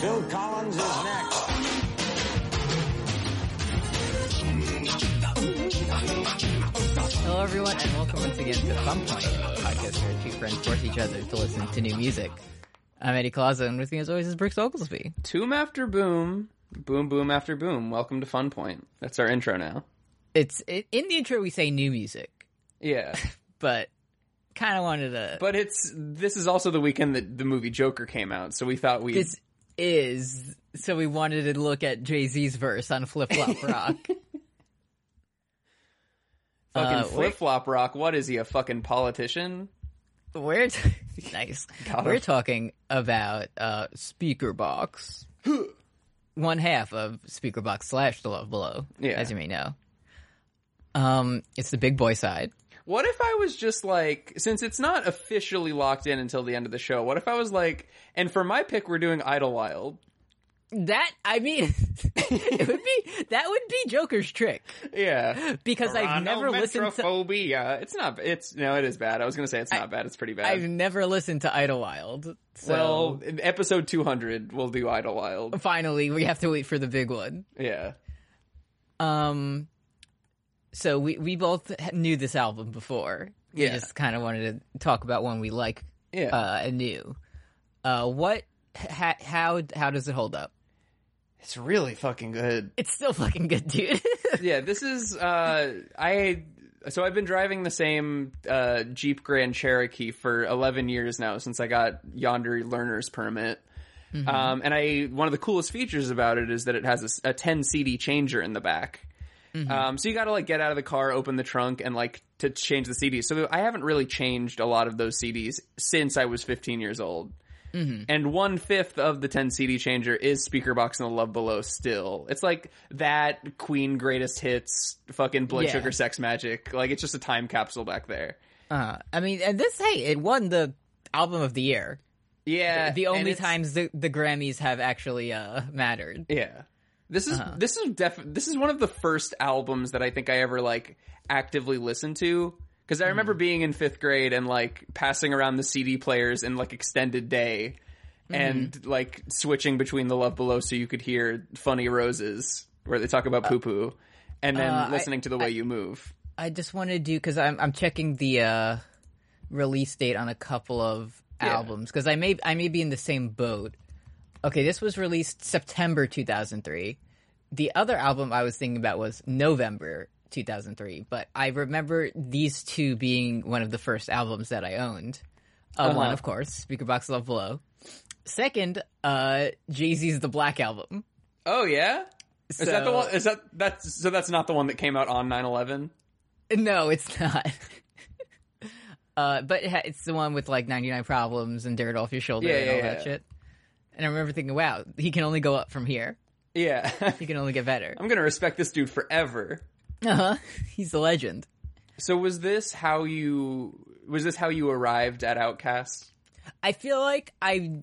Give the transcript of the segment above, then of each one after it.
Phil Collins is next. Hello, everyone, and welcome once again to Some Point, a podcast where two friends force each other to listen to new music. I'm Eddie Clausen, and with me as always is Brooks Oglesby. Boom after boom, boom boom after boom. Welcome to Fun Point. That's our intro now. It's i in the intro we say new music, Yeah, but kind of wanted to. but it's this is also the weekend that the movie Joker came out, so we thought we this is so we wanted to look at Jay Z's verse on Flip Flop Rock. fucking uh, wait. flip flop rock. What is he a fucking politician? We're t- nice. Got We're him. talking about uh, Speaker Box, one half of Speaker Box slash The Love Below, Yeah. as you may know. Um, it's the big boy side. What if I was just like, since it's not officially locked in until the end of the show, what if I was like, and for my pick, we're doing Idlewild. That I mean, it would be that would be Joker's trick Yeah, because I've never listened to Metrophobia. It's not. It's no. It is bad. I was gonna say it's not bad. It's pretty bad. I've never listened to Idlewild. So well, in episode two hundred, we'll do Idlewild. finally, we have to wait for the big one. Yeah. Um, so we we both knew this album before. We Yeah. just kind of wanted to talk about one we like Yeah. uh, and new. Uh, what? Ha- how? How does it hold up? It's really fucking good. It's still fucking good, dude. Yeah, this is uh I so I've been driving the same uh Jeep Grand Cherokee for 11 years now since I got yonder learner's permit. Mm-hmm. Um and I one of the coolest features about it is that it has a s- a, 10 CD changer in the back. Mm-hmm. Um so you got to like get out of the car, open the trunk and like to change the CDs. So I haven't really changed a lot of those CDs since I was 15 years old. Mm-hmm. and one fifth of the 10 CD changer is Speaker Box and the Love Below still. It's like that Queen greatest hits, fucking Blood Yeah. Sugar Sex Magic. Like it's just a time capsule back there. uh, I mean, and this hey, it won the album of the year. Yeah, The and only it's- times the, the Grammys have actually uh, mattered. Yeah, this is Uh-huh. this is def this is one of the first albums that I think I ever like actively listened to. Because Hmm. I remember being in fifth grade and like passing around the CD players in like extended day, Hmm. and like switching between the Love Below so you could hear Funny Roses where they talk about poo poo, and then uh, I- listening to the way you move. I just want to do because I'm I'm checking the uh, release date on a couple of Yeah. albums because I may I may be in the same boat. Okay, this was released September 2003. The other album I was thinking about was November 2003, but I remember these two being one of the first albums that I owned. Uh, One, of course, Speaker Box Love Below. Second, uh, Jay Z's The Black Album. Oh yeah, is that the So- one? Is that that's so that's not the one that came out on 9-11? No, it's not. uh, but it ha- it's the one with like 99 problems and dirt off your shoulder Yeah, and all yeah, that yeah. shit. And I remember thinking, wow, he can only go up from here. Yeah, He can only get better. I'm gonna respect this dude forever. Uh Uh-huh. huh. He's a legend. So was this how you was this how you arrived at Outcast? I feel like I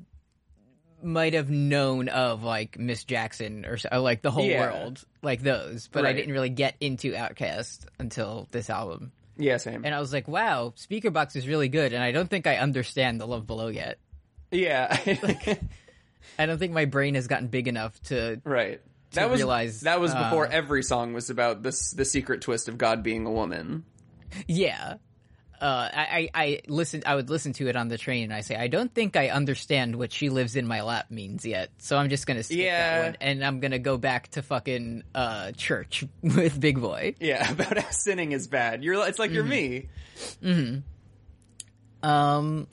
might have known of like Miss Jackson or so, like the whole Yeah. world, like those, but I Right. didn't really get into Outcast until this album. Yeah, same. And I was like, wow, Speaker Box is really good, and I don't think I understand The Love Below yet. yeah, I don't think my brain has gotten big enough to right. That was realize, that was uh, before every song was about this the secret twist of God being a woman. Yeah. Uh, I, I, I listen. I would listen to it on the train, and I say, I don't think I understand what "she lives in my lap" means yet. So I'm just gonna skip Yeah. that one, and I'm gonna go back to fucking uh, church with Big Boy. Yeah, about how sinning is bad. You're it's like you're me. Um,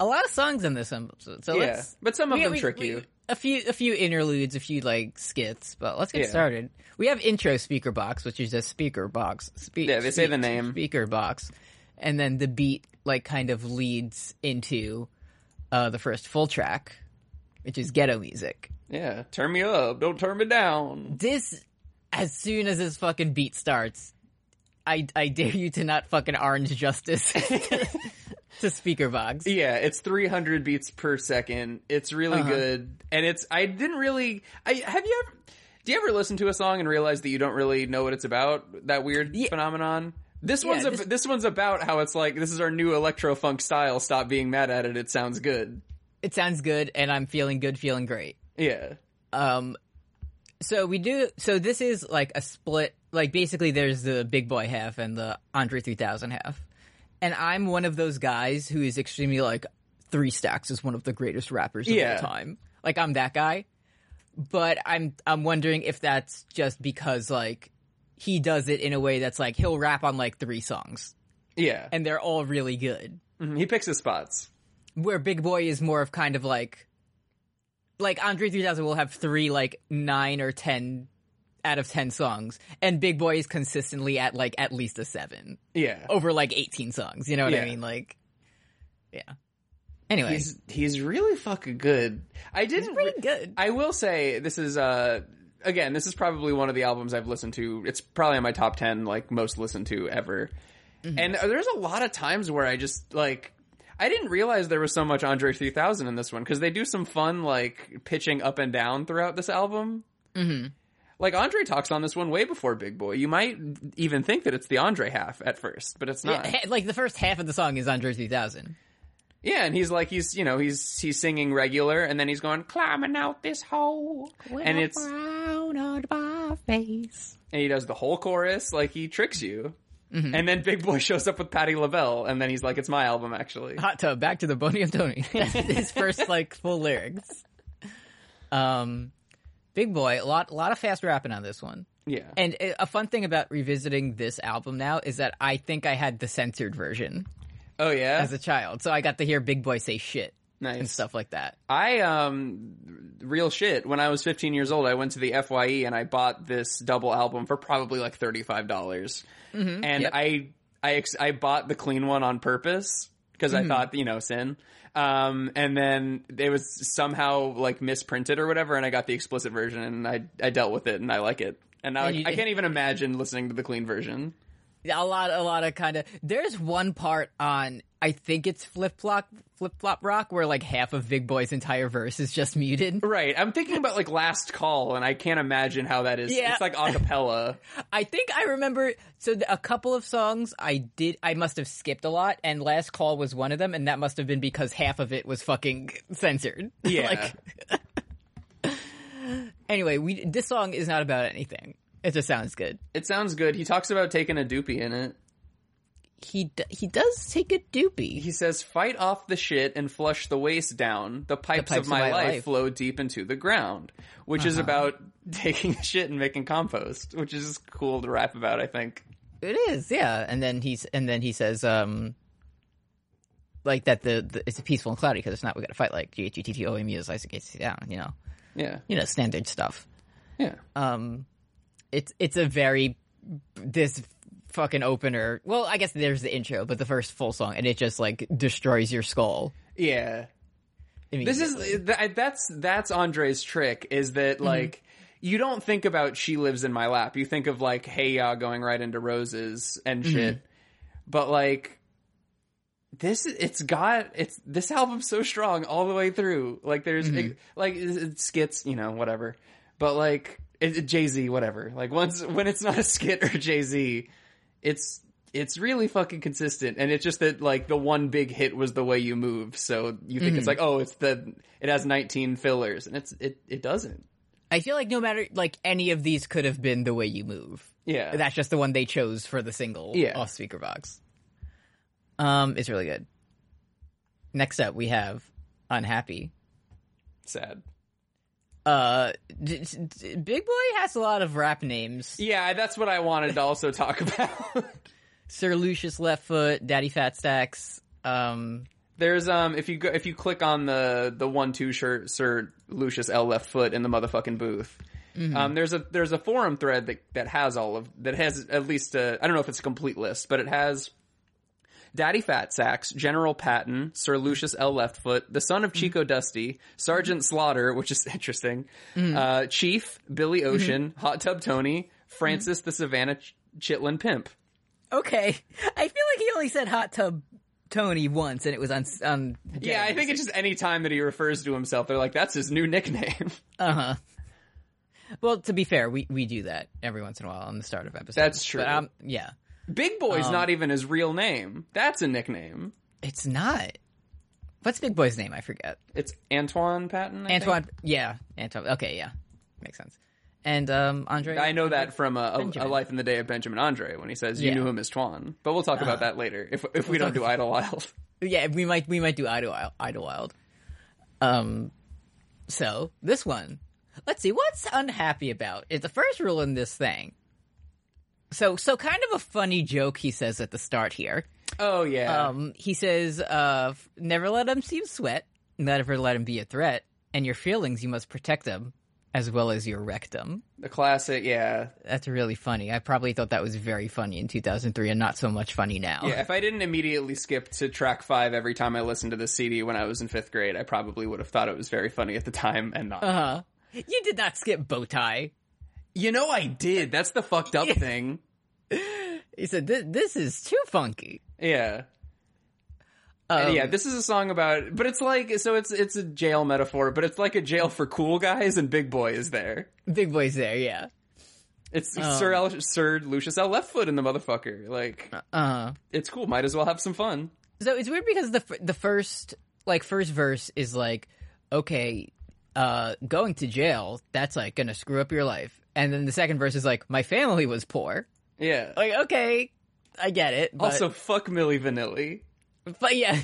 a lot of songs in this episode, so Yeah, let's. but some of we- them we- trick we- you. A few, a few interludes, a few like skits, but let's get Yeah. started. We have intro speaker box, which is just speaker box. Spe- Yeah, they say the speak- name. speaker box, and then the beat like kind of leads into uh, the first full track, which is ghetto music. Yeah, turn me up, don't turn me down. This, as soon as this fucking beat starts, I I dare you to not fucking orange justice to speaker box. Yeah, it's 300 beats per second. It's really good, and it's I didn't really. I have you ever. Do you ever listen to a song and realize that you don't really know what it's about? That weird phenomenon. This Yeah, one's a, this- this... one's about how it's like this is our new electro funk style. Stop being mad at it. It sounds good. It sounds good, and I'm feeling good, feeling great. Yeah. Um, so we do. So this is like a split. Like basically, there's the big boy half and the Andre 3000 half, and I'm one of those guys who is extremely like Three Stacks is one of the greatest rappers of Yeah. all time. Like I'm that guy, but I'm I'm wondering if that's just because like he does it in a way that's like he'll rap on like three songs Yeah. and they're all really good Mhm, He picks his spots. where Big Boy is more of kind of like like Andre 3000 will have three like 9 or 10 out of 10 songs and Big Boy is consistently at like at least a 7 Yeah. over like 18 songs, you know what I Yeah. mean? Like yeah. Anyway, Oh, He's he's really fucking good. I didn't pretty good. I will say this is uh again, this is probably one of the albums I've listened to. It's probably in my top 10 like most listened to ever. And there's a lot of times where I just like I didn't realize there was so much Andre 3000 in this one cuz they do some fun like pitching up and down throughout this album. Like Andre talks on this one way before Big Boy. You might even think that it's the Andre half at first, but it's not. Yeah, he- like the first half of the song is Andre 3000. Yeah, and he's like he's you know he's he's singing regular, and then he's going climbing out this hole, and it's brown on my face. and he does the whole chorus like he tricks you, and then Big Boy shows up with Patti LaBelle, and then he's like, "It's my album, actually." Hot tub, back to the Boney and Tony. That's his first like full lyrics. Um, Big Boy, a lot, lot of fast rapping on this one. Yeah, And uh, a fun thing about revisiting this album now is that I think I had the censored version oh yeah, as a child, so I got to hear Big Boy say shit and nice. stuff like that. I um, real shit. When I was 15 years old, I went to the Fye and I bought this double album for probably like 35 dollars, and Mm-hmm. yep. I I ex- I bought the clean one on purpose because Mm-hmm. I thought you know sin. Um, and then it was somehow like misprinted or whatever, and I got the explicit version, and I I dealt with it, and I like it. And now And I, you- I can't even imagine listening to the clean version. A lot, a lot of kind of. There's one part on I think it's Flip Flop, Flip Flop Rock, where like half of Big Boy's entire verse is just muted. Right. I'm thinking about like last call, and I can't imagine how that is. Yeah. It's like acapella. I think I remember. So th- a couple of songs I did, I must have skipped a lot, and Last Call was one of them, and that must have been because half of it was fucking censored. Yeah. anyway, we this song is not about anything. It just sounds good. it sounds good. He talks about taking a doopie in it. He d- he does take a doopie. He says, "Fight off the shit and flush the waste down. The pipes, pipes of my, life, Uh-huh. flow deep into the ground," which is about taking a shit and making compost, which is cool to rap about. I think. It is, yeah. And then he's and then he says, um, like that the, the it's peaceful and cloudy because it's not. We got to fight like G H E T T O M E is Isaac Gates down. You know, Yeah, you know, standard stuff. yeah. um it's it's a very this fucking opener well i guess there's the intro but the first full song and it just like destroys your skull Yeah. This is th- that's that's Andre's trick is that like you don't think about she lives in my lap. You think of like hey ya going right into roses and shit. But like this it's got it's this album's so strong all the way through. Like there's it- like it, it skits, you know, whatever. But like it, it- Jay-Z whatever. Like once when it's not a skit or Jay-Z, it's it's really fucking consistent and it's just that like the one big hit was the way you move so you think it's like oh it's the it has 19 fillers and it's it it doesn't i feel like no matter like any of these could have been the way you move yeah that's just the one they chose for the single Yeah. off speakerbox um it's really good next up we have unhappy sad uh d- d- d- big boy has a lot of rap names yeah that's what i wanted to also talk about sir lucius left foot daddy fat stacks um there's um if you go if you click on the the one two shirt sir lucius l left foot in the motherfucking booth um there's a there's a forum thread that that has all of that has at least I i don't know if it's a complete list but it has Daddy Fat Sacks, General Patton, Sir Lucius L. Leftfoot, the son of Chico Dusty, Sergeant Slaughter, which is interesting, uh, Chief, Billy Ocean, Hot Tub Tony, Francis the Savannah Ch- Chitlin Pimp. Okay, I feel like he only said hot tub Tony once, and it was on on. Yeah, I think it's just any time that he refers to himself, they're like, that's his new nickname. Uh huh. Well, to be fair, we we do that every once in a while on the start of episodes. That's true. But um, yeah. Big Boy's not even his real name. That's a nickname. It's not. What's Big Boy's name? I forget. It's Antoine Patton. I think? Antoine. Yeah, Antoine. Okay, yeah, makes sense. And um, Andre. I know that from a, a, a Benjamin. Life in the Day of Benjamin Andre when he says you Yeah. knew him as Twan. But we'll talk about that later if if we don't do Idlewild. Yeah, we might we might do Idlewild. Idlewild. Um, so this one, let's see what's unhappy about. Is the first rule in this thing. So so kind of a funny joke he says at the start here. Oh yeah, Um, he says, uh, f- "Never let him see you sweat. Never let him be a threat. And your feelings, you must protect them." As well as your rectum. the classic. Yeah, That's really funny. I probably thought that was very funny in 2003 and not so much funny now. yeah. If I didn't immediately skip to track five every time I listened to the CD when I was in fifth grade, I probably would have thought it was very funny at the time and Uh-huh. not. You did not skip bow tie. You know, I did. That's the fucked up thing. He said, "This, this is too funky." Yeah. Um, yeah, this is a song about, but it's like so it's it's a jail metaphor, but it's like a jail for cool guys, and Big Boy is there. Big boy's there, yeah. It's Um, Sir L, Sir Lucius L. Leftfoot in the motherfucker. Like Uh, it's cool. Might as well have some fun. so it's weird because the f- the first like first verse is like, okay, uh, going to jail that's like gonna screw up your life, and then the second verse is like, my family was poor. Yeah. Like, okay, I get it. Uh, But, also, fuck Millie Vanilli. but yeah,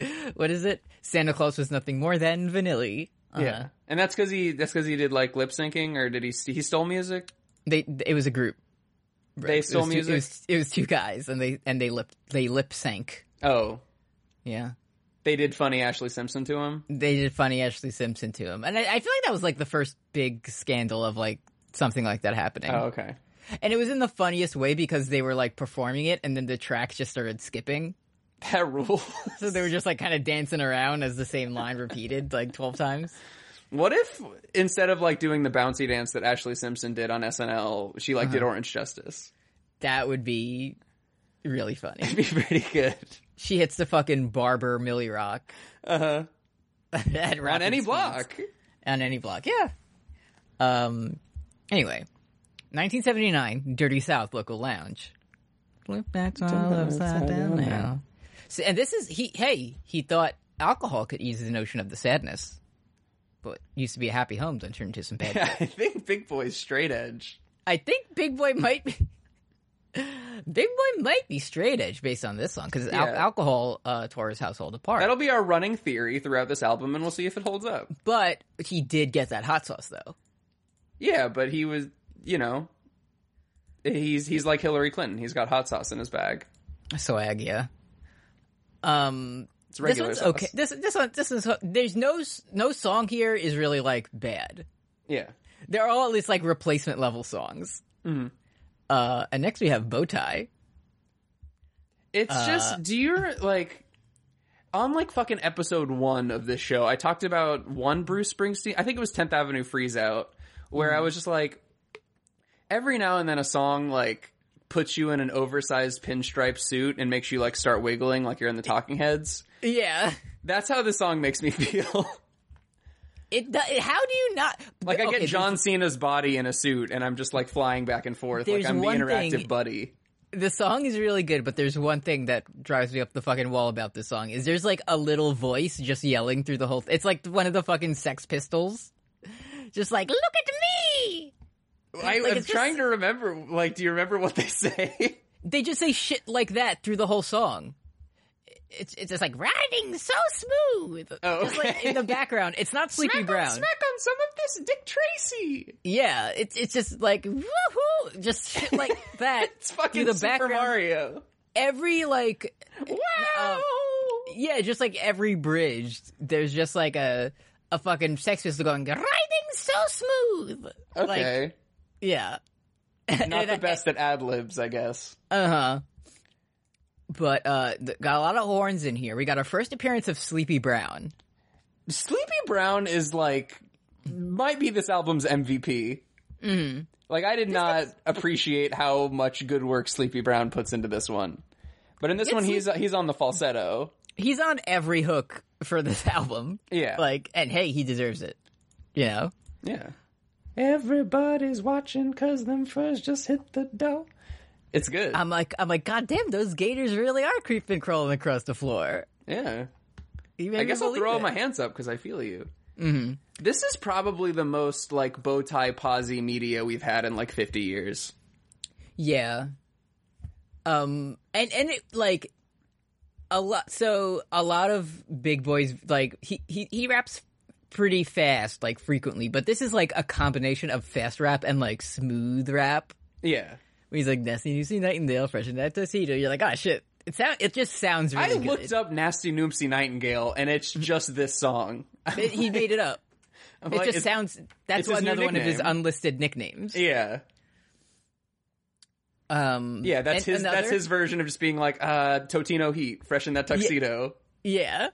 what is it? Santa Claus was nothing more than vanilla. Uh, Yeah, and that's because he that's because he did like lip syncing, or did he st- he stole music? they it was a group. It They was stole two- music. It was, it was two guys, and they and they lip they lip sync. Oh, Yeah. they did funny Ashley Simpson to him. they did funny Ashley Simpson to him, and I, I feel like that was like the first big scandal of like something like that happening. Oh, okay. And it was in the funniest way because they were like performing it, and then the track just started skipping, That rule. so they were just like kind of dancing around as the same line repeated like twelve times. what if instead of like doing the bouncy dance that Ashley Simpson did on SNL, she like Uh-huh. did Orange Justice? That would be really funny. It'd be pretty good. she hits the fucking barber Millie Rock Uh huh. at On rapid any speeds. block. on any block. Yeah. Um. Anyway, 1979, Dirty South local lounge. Look, That's all upside down now. So, and this is he. Hey, he thought alcohol could ease the notion of the sadness, but used to be a happy home, then turned into some bad. I think Big Boy's straight edge. I think Big Boy might be. Big Boy might be straight edge based on this song because Yeah. alcohol uh, tore his household apart. That'll be our running theory throughout this album, and we'll see if it holds up. But he did get that hot sauce though. Yeah, but he was, you know, he's he's like Hillary Clinton. He's got hot sauce in his bag. Swag, yeah. Um, It's regular this one's sauce. okay. This this one this is there's no s- no song here is really like bad. Yeah. They're all at least like replacement level songs. Mm-hmm. Uh, and next we have Bowtie. It's Uh, just do you like on like fucking episode one of this show, I talked about one Bruce Springsteen I think it was Tenth Avenue Freeze Out, where Mm-hmm. I was just like every now and then a song like puts you in an oversized pinstripe suit and makes you like start wiggling like you're in the talking heads. Yeah, That's how this song makes me feel. it, do- it. How do you not like I okay, get there's- John Cena's body in a suit and I'm just like flying back and forth like There's I'm the one interactive thing- buddy. The song is really good, but there's one thing that drives me up the fucking wall about this song is there's like a little voice just yelling through the whole. Th- it's like one of the fucking Sex Pistols, just like look at me. I, Like, I'm it's just- trying to remember like do you remember what they say? they just say shit like that through the whole song. It's it's just like riding so smooth. Oh, Just like okay. in the background, it's not Sleepy Brown. on some of this Dick Tracy. Yeah, it's it's just like woohoo, just shit like that. It's fucking through the Super background. Mario. Every like, Wow. Oh. yeah, just like every bridge, there's just like a a fucking sex pistol going riding so smooth. Like, okay. yeah. Not the best at ad libs, I guess. Uh huh. But uh, th- got a lot of horns in here. We got our first appearance of Sleepy Brown. Sleepy Brown is like might be this album's MVP. Mm-hmm. Like I did not appreciate how much good work Sleepy Brown puts into this one. But in this one he's he's on the falsetto. he's on every hook for this album. Yeah. Like, and hey, he deserves it. You know? Yeah. Everybody's watching cause them furs just hit the dough. It's good. I'm like, I'm like, God damn, those gators really are creeping, crawling across the floor. yeah. You made I me guess I'll believe throw it. my hands up because I feel you. Mm-hmm. This is probably the most like bow tie posy media we've had in like 50 years. Yeah. Um and and it like a lot so a lot of big boys like he he he raps pretty fast like frequently, but this is like a combination of fast rap and like smooth rap. Yeah. Where he's like Nessie Nucy Nightingale fresh in that tuxedo. You're like, "Oh shit." It sound it just sounds really I good. looked up Nasty Noopsy Nightingale and it's just this song. It- he made it up. I'm It like, just it's- sounds that's it's his new another one of his nickname. unlisted nicknames. Yeah. Um Yeah, and that's his another- that's his version of just being like uh Totino Heat, fresh in that tuxedo. Yeah.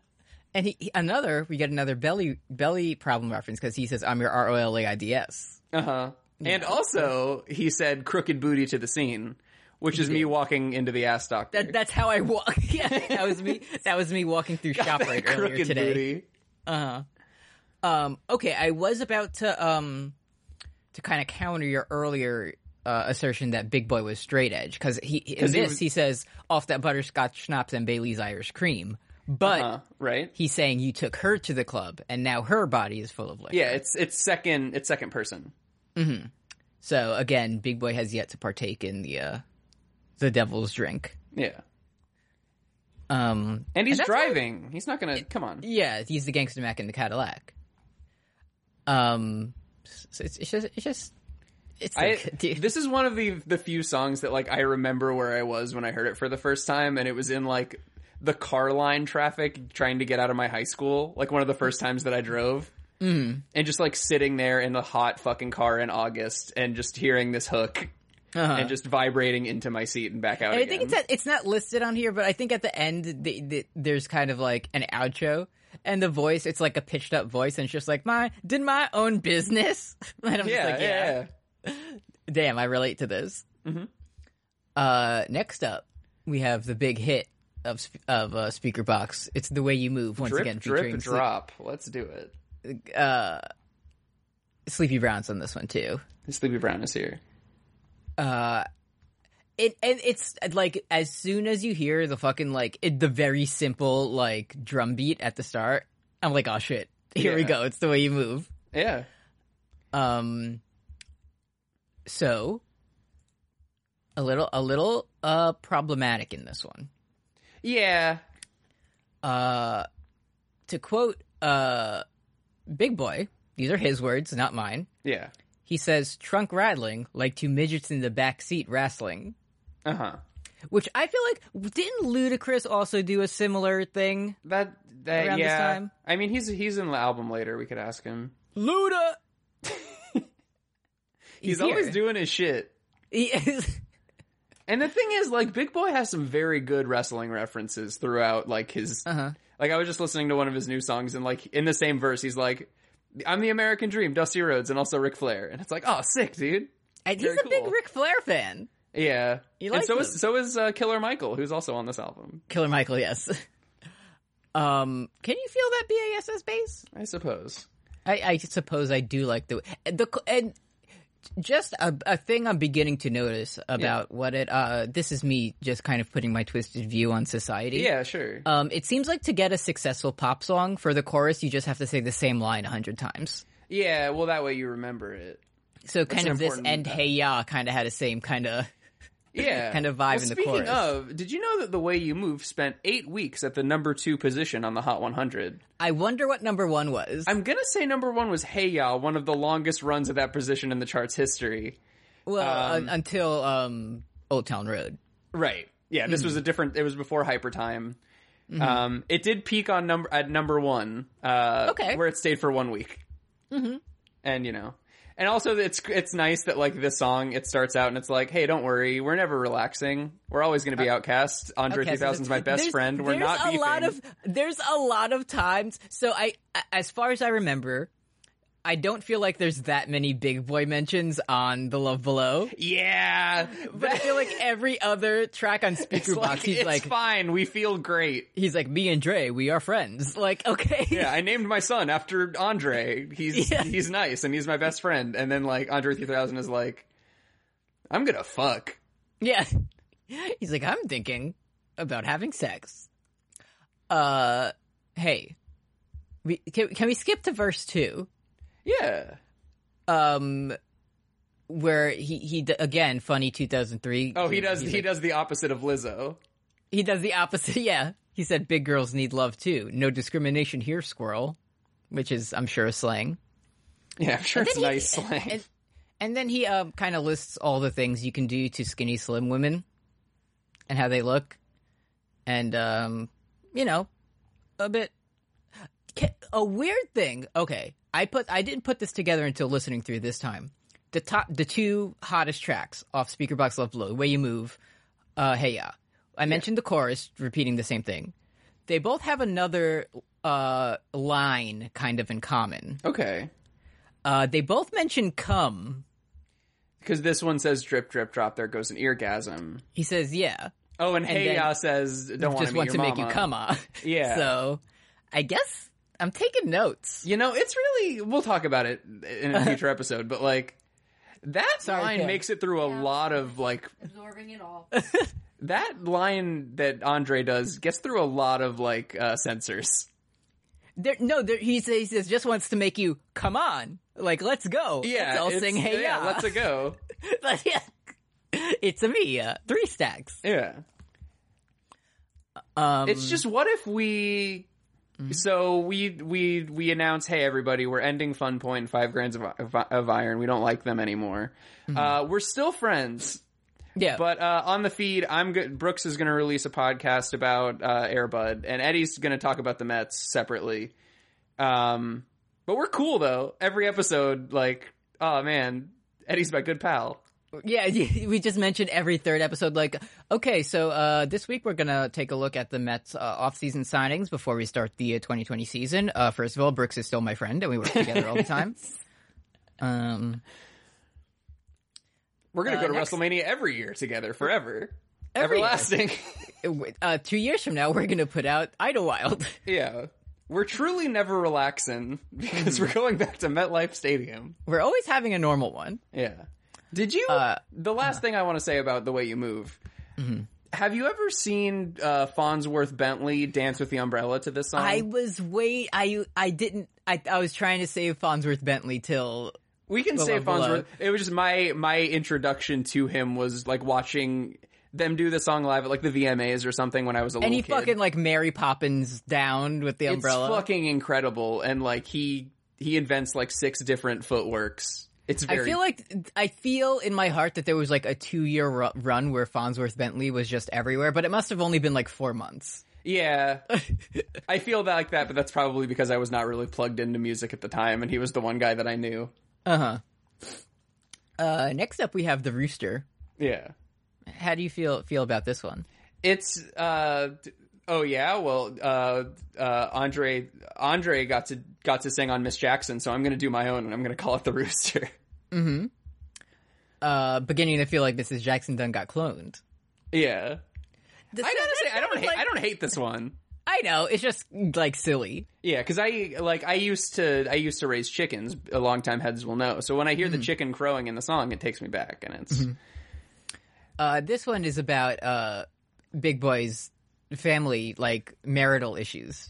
And he, he- another we get another belly belly problem reference because he says I'm your R O L A I D S. Uh-huh. And also he said crooked booty to the scene, which is me walking into the ass doctor. That, that's how I walk. yeah, that was me. That was me walking through ShopRite earlier crooked today. booty. Um, okay, I was about to um to kind of counter your earlier uh, assertion that Big Boy was straight edge because he in he this was- he says off that butterscotch schnapps and Bailey's Irish cream, but Uh, right? he's saying you took her to the club and now her body is full of liquor. Yeah, it's it's second it's second person. So again, Big Boy has yet to partake in the uh, the devil's drink. Yeah. Um, And he's that's why- driving. He's not gonna come on. yeah, he's the gangster Mac in the Cadillac. Um, so it's, it's just it's just it's I, like, this is one of the the few songs that like I remember where I was when I heard it for the first time, and it was in like the car line traffic trying to get out of my high school, like one of the first times that I drove, mm. and just like sitting there in the hot fucking car in August and just hearing this hook and just vibrating into my seat and back out. Uh-huh. I again. think it's not- it's not listed on here, but I think at the end the, the, there's kind of like an outro and the voice it's like a pitched up voice and it's just like my did my own business and I'm just yeah, like yeah, yeah yeah. damn I relate to this. Uh, next up we have the big hit of sp- of uh, speaker box. It's the way you move once Drip, again featuring drip, Sleep- drop. Let's do it. Sleepy Brown's on this one too. Sleepy Brown is here. it and it's like as soon as you hear the fucking like it, the very simple like drum beat at the start, I'm like, oh shit, here we Yeah. go. It's the way you move. Yeah, Um, so a little a little uh problematic in this one. yeah. Uh, To quote uh Big Boy, these are his words, not mine. Yeah. He says, "Trunk rattling like two midgets in the back seat wrestling." Uh huh. Which I feel like didn't Ludacris also do a similar thing? That that Around this yeah. time? I mean, he's he's in the album later. We could ask him. Luda. He's, always doing his shit. He is. And the thing is, like, Big Boy has some very good wrestling references throughout, like his. Uh-huh. Like, I was just listening to one of his new songs, and like in the same verse, he's like, "I'm the American Dream, Dusty Rhodes, and also Ric Flair," and it's like, "Oh, sick, dude." And he's Very a big cool. Ric Flair fan. Yeah. He and likes so him. is so is uh, Killer Michael, who's also on this album, Killer Michael, yes. Um, can you feel that BASS bass? I suppose. I, I suppose I do like the the and just a, a thing I'm beginning to notice about what it. Uh, this is me just kind of putting my twisted view on society. Yeah, sure. Um, it seems like to get a successful pop song for the chorus, you just have to say the same line a hundred times. yeah, well, that way you remember it. So kind an of this important, and uh, hey ya kind of had the same kind of Yeah, kind of vibe Well, in the speaking chorus. of, did you know that the way you move spent eight weeks at the number two position on the Hot 100? I wonder what number one was. I'm gonna say number one was Hey Ya, one of the longest runs of that position in the chart's history. well, un- until um, Old Town Road. Right. Yeah, this was Hmm. a different. It was before Hyper Time. Mm-hmm. Um, it did peak on number at number one. Uh, Okay. where it stayed for one week. Mm-hmm. And you know, and also it's it's nice that like this song it starts out and it's like, hey, don't worry, we're never relaxing. We're always gonna be outcast. Andre Uh, Okay, so 3000's my best there's- friend. We're there's not a beefing. lot of there's a lot of times. So I, as far as I remember, I don't feel like there's that many big boy mentions on The Love Below. yeah, But I feel like every other track on Speaker it's, Box, like, he's it's like fine. We feel great. he's like me and Dre, we are friends. Like okay, yeah, I named my son after Andre. He's Yeah. he's nice and he's my best friend. And then like Andre 3000 is like, I'm gonna fuck. Yeah. He's like, I'm thinking about having sex. Uh, hey, we can, can we skip to verse two? Yeah. Um, where he he d- again funny 2003. Oh, he does. He's He like- does the opposite of Lizzo. He does the opposite. Yeah, he said big girls need love too. No discrimination here, squirrel, which is I'm sure a slang. Yeah, I'm sure it's then he- nice slang. and- And then he um, kind of lists all the things you can do to skinny, slim women and how they look. And, um, you know, a bit. Ca- A weird thing. Okay. I put I didn't put this together until listening through this time. The top, the two hottest tracks off Speakerbox Love Below, Way You Move, uh, Hey Ya. I mentioned the chorus repeating the same thing. They both have another uh, line kind of in common. okay, Uh, they both mention "come." because this one says drip, drip, drop. There goes an eargasm. He says, "Yeah, Oh, and, Hey then- Ya says don't want just to want to make you mama." come on." Yeah. So, I guess I'm taking notes. You know, it's really. We'll talk about it in a future episode, but like that line Kim. makes it through a lot of like absorbing it all. that line that Andre does gets through a lot of like uh, censors. There, no, there, he says, he says just wants to make you come on. Like, let's go. let's all it's- sing hey yeah, ya. let's a go. But, yeah. It's a me, uh, three stacks. Yeah. Um, Hmm. It's just what if we so we we we announce hey everybody we're ending fun point and five grams of, of, of iron we don't like them anymore Hmm. uh, we're still friends yeah, but uh, on the feed i'm go- brooks is going to release a podcast about uh, airbud and eddie's going to talk about the mets separately um, but we're cool though every episode like oh man eddie's my good pal yeah. We just mentioned every third episode. Like, okay, so uh, this week we're gonna take a look at the Mets uh, off-season signings before we start the uh, 2020 season. Uh, first of all, Brooks is still my friend, and we work together all the time. Um, we're going to Uh, go to next- wrestlemania every year together forever Every year. everlasting uh, two years from now, we're going to put out Idlewild. Yeah. We're truly never relaxing Hmm. because we're going back to MetLife Stadium. We're always having a normal one. Yeah. Did you? Uh, Mm-hmm. the last thing I want to say about the way you move. Have you ever seen uh, Farnsworth Bentley dance with the umbrella to this song? I was wait. I I didn't. I I was trying to save Farnsworth Bentley till. we can say Below, below. Farnsworth. It was just my my introduction to him was like watching them do the song live at like the VMAs or something when I was a And little he kid. fucking like Mary Poppins down with the umbrella. It's fucking incredible, and like he he invents like six different footworks. It's I very feel like I feel in my heart that there was like a two year ru- run where Farnsworth Bentley was just everywhere, but it must have only been like four months. Yeah. I feel like that, but that's probably because I was not really plugged into music at the time and he was the one guy that I knew. Uh-huh. Uh Next up, we have the Rooster. Yeah. How do you feel feel about this one? It's uh d- oh yeah, well uh uh Andre Andre got to got to sing on Miss Jackson, so I'm going to do my own and I'm going to call it The Rooster. Uh Beginning to feel like Mrs. Jackson Dunn got cloned. yeah. I got to that say I don't sounds hate, like- I don't hate this one. I know it's just like silly. Yeah, because I like I used to I used to raise chickens. A long time heads will know. So when I hear the chicken crowing in the song, it takes me back, and it's Uh, this one is about uh, Big Boy's family, like marital issues,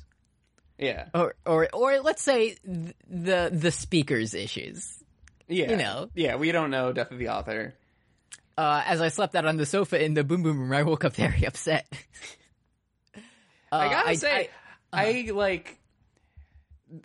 yeah, or or or let's say th- the the speaker's issues. yeah, you know. yeah. We don't know death of the author. Uh, as I slept out on the sofa in the boom boom room, I woke up very upset. Uh, I gotta say, I, like.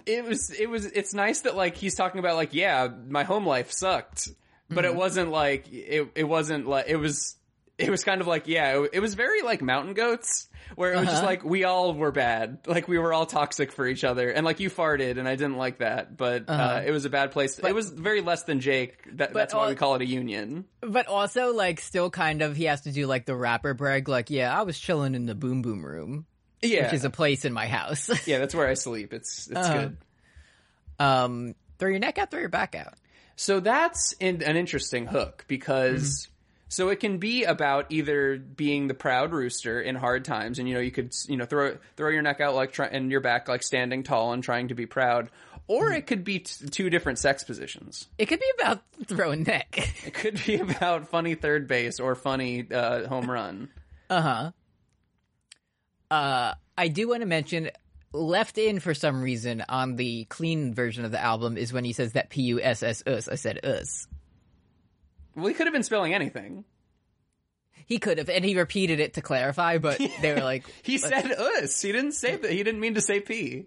It was. It was. It's nice that like he's talking about like yeah, my home life sucked, but Mm-hmm. it wasn't like it. It wasn't like it was. It was kind of like yeah, it, it was very like mountain goats where it was Uh-huh. just like we all were bad, like we were all toxic for each other, and like you farted, and I didn't like that, but uh it was a bad place. it was very less than Jake. That, that's why Uh-huh. all- we call it a union. but also like still kind of he has to do like the rapper brag, like yeah, I was chilling in the boom boom room, Yeah, which is a Uh-huh. place in my house. yeah, that's where I sleep. It's it's good. um, throw your neck out, throw your back out. So that's in, an interesting hook because Mm-hmm. so it can be about either being the proud rooster in hard times, and you know you could you know throw throw your neck out like try, and your back like standing tall and trying to be proud, Mm-hmm. or it could be t- two different sex positions. It could be about throwing neck. It could be about funny third base or funny uh, home run. Uh-huh. Uh I do want to mention left in for some reason on the clean version of the album is when he says that P U S S us. I said us. Well, he could have been spelling anything. He could have, and he repeated it to clarify, but they were like, He said us. He didn't say that. He didn't mean to say p.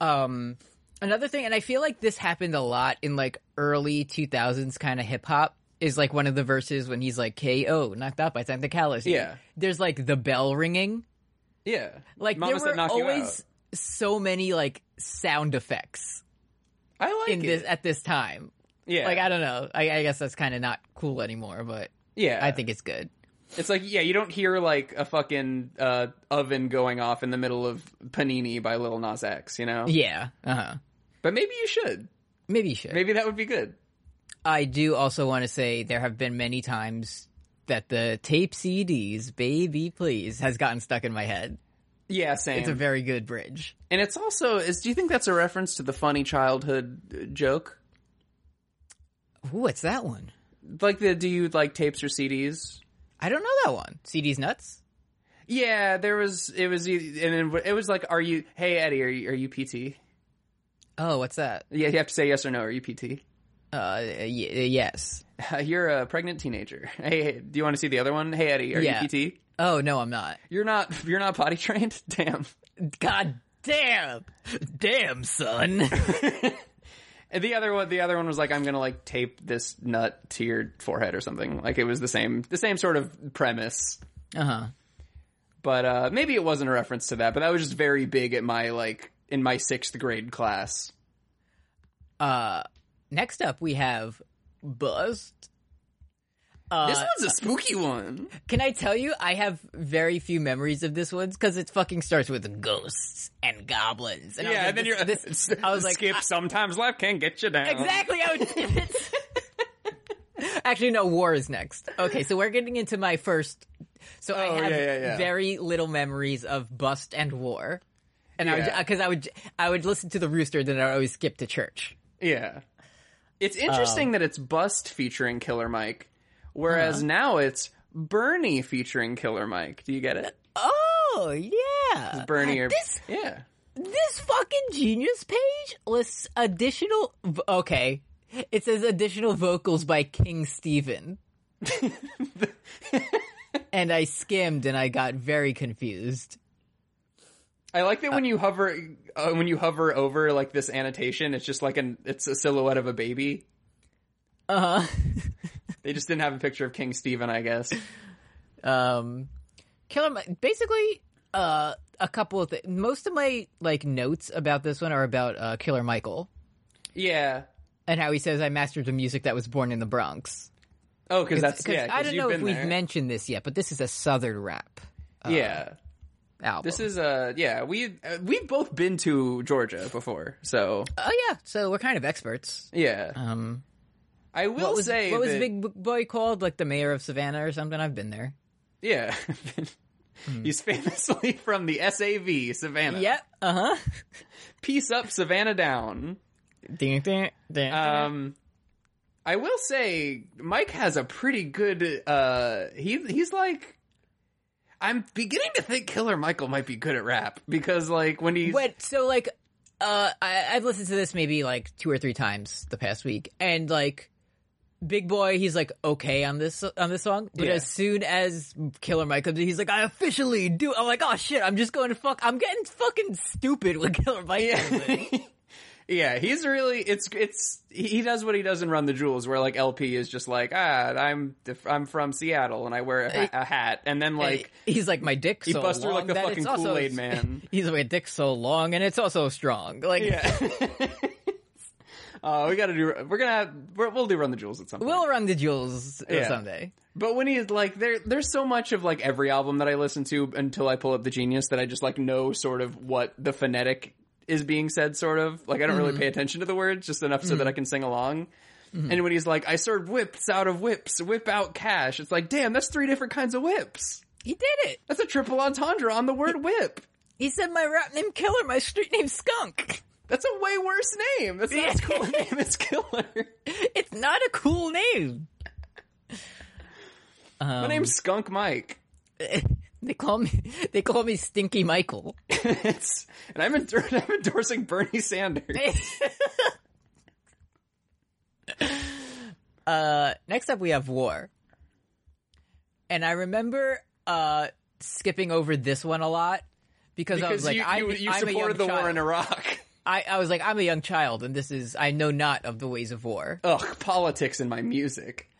um, another thing, and I feel like this happened a lot in like early 2000s kind of hip hop is like one of the verses when he's like KO, knocked out by time the callous. Yeah. There's like the bell ringing. Yeah, Like Mama there said were knock you always so many like sound effects out. I like in it. this at this time. yeah, Like I don't know. I, I guess that's kind of not cool anymore, but yeah. I think it's good. it's like yeah, you don't hear like a fucking uh, oven going off in the middle of Panini by Lil Nas X, you know. Yeah. Uh huh. But maybe you should. Maybe you should. Maybe that would be good. I do also want to say there have been many times that the tape CDs, baby please, has gotten stuck in my head. Yeah, same. It's a very good bridge. and it's also is. Do you think that's a reference to the funny childhood uh, joke? Ooh, what's that one? Like the do you like tapes or CDs? I don't know that one. CDs nuts? Yeah, there was it was e- and it was like, are you? Hey Eddie, are you are you PT? Oh, what's that? Yeah, you have to say yes or no. Are you PT? Uh, y- yes. you're a pregnant teenager. Hey, hey, do you want to see the other one? Hey Eddie, are Yeah. you PT? Oh no, I'm not. You're not. You're not potty trained. Damn. God damn, damn son. And the other one. The other one was like, I'm gonna like tape this nut to your forehead or something. Like it was the same. The same sort of premise. uh huh. But uh, maybe it wasn't a reference to that. But that was just very big at my like in my sixth grade class. Uh, next up we have Bust. This Uh, one's a spooky one. can I tell you, I have very few memories of this one because it fucking starts with ghosts and goblins. And I was Yeah, like, and then this- you're this. I was like, skip. I- sometimes life can get you down. exactly. I would. Actually, no. War is next. Okay, so we're getting into my first. So Oh, I have yeah, yeah, yeah. very little memories of Bust and War, and Yeah. I because I would I would listen to the Rooster, then I would always skip to church. Yeah. It's Um, interesting that it's Bust featuring Killer Mike, whereas Uh-huh. now it's Bernie featuring Killer Mike. Do you get it? Oh yeah, Bernie or Uh, This- yeah. this fucking genius page lists additional v- okay it says additional vocals by king stephen and i skimmed and i got very confused I like that when you hover uh, when you hover over like this annotation, it's just like an it's a silhouette of a baby. uh-huh They just didn't have a picture of King Stephen, I guess. um killer Mi- basically uh a couple of things most of my like notes about this one are about uh killer michael Yeah. and how he says i mastered the music that was born in the bronx Oh, because that's yeah. i don't you've know if been we've there. mentioned this yet but this is a southern rap yeah. album This is uh yeah we uh, we've both been to Georgia before, so Oh yeah, so we're kind of experts. yeah. Um, I will what was say what was that- Big B- Boy called? Like the mayor of Savannah or something? I've been there. Yeah. He's famously from the SAV, Savannah. Hmm. Yep. Uh huh. Peace up, Savannah down. ding ding ding. Um, I will say, Mike has a pretty good, uh, he, he's like, I'm beginning to think Killer Michael might be good at rap because like when he's, Wait, so like, uh, I, I've listened to this maybe like two or three times the past week, and like, Big Boy, he's like okay on this on this song, but Yeah. as soon as Killer Mike comes in, he's like, I officially do. I'm like, oh shit, I'm just going to fuck. I'm getting fucking stupid with Killer Mike. comes in. yeah. yeah, he's really, it's, it's, he he does what he does in Run the Jewels where like LP is just like, ah, I'm, I'm from Seattle and I wear a, ha- a hat and then like, he's like my dick. so busts through long like the that fucking it's also- Kool-Aid man. He's like my dick so long, and it's also strong. Like Yeah. Oh, we gotta do. We're gonna. Have, we're, we'll do run the jewels at some point. we'll run the jewels uh, Yeah. someday. but when he's like, there, there's so much of like every album that I listen to until I pull up the Genius that I just like know sort of what the phonetic is being said. Sort of like I don't really pay attention to the words just enough so that I can sing along. And when he's like, I served whips out of whips, whip out cash. It's like, damn, that's three different kinds of whips. He did it. That's a triple entendre on the word whip. He said my rap name Killer, my street name Skunk. That's a way worse name. That's not as cool a name as Killer. It's not a cool name. My name's Skunk Mike. They call me they call me Stinky Michael. It's and I'm, endor- I'm endorsing Bernie Sanders. uh, next up, we have War. And I remember uh, skipping over this one a lot because, I was Because like, you, I'm, you, you I'm a young supported the child. war in Iraq. I, I was like, I'm a young child, and this is I know not of the ways of war. Ugh, politics in my music.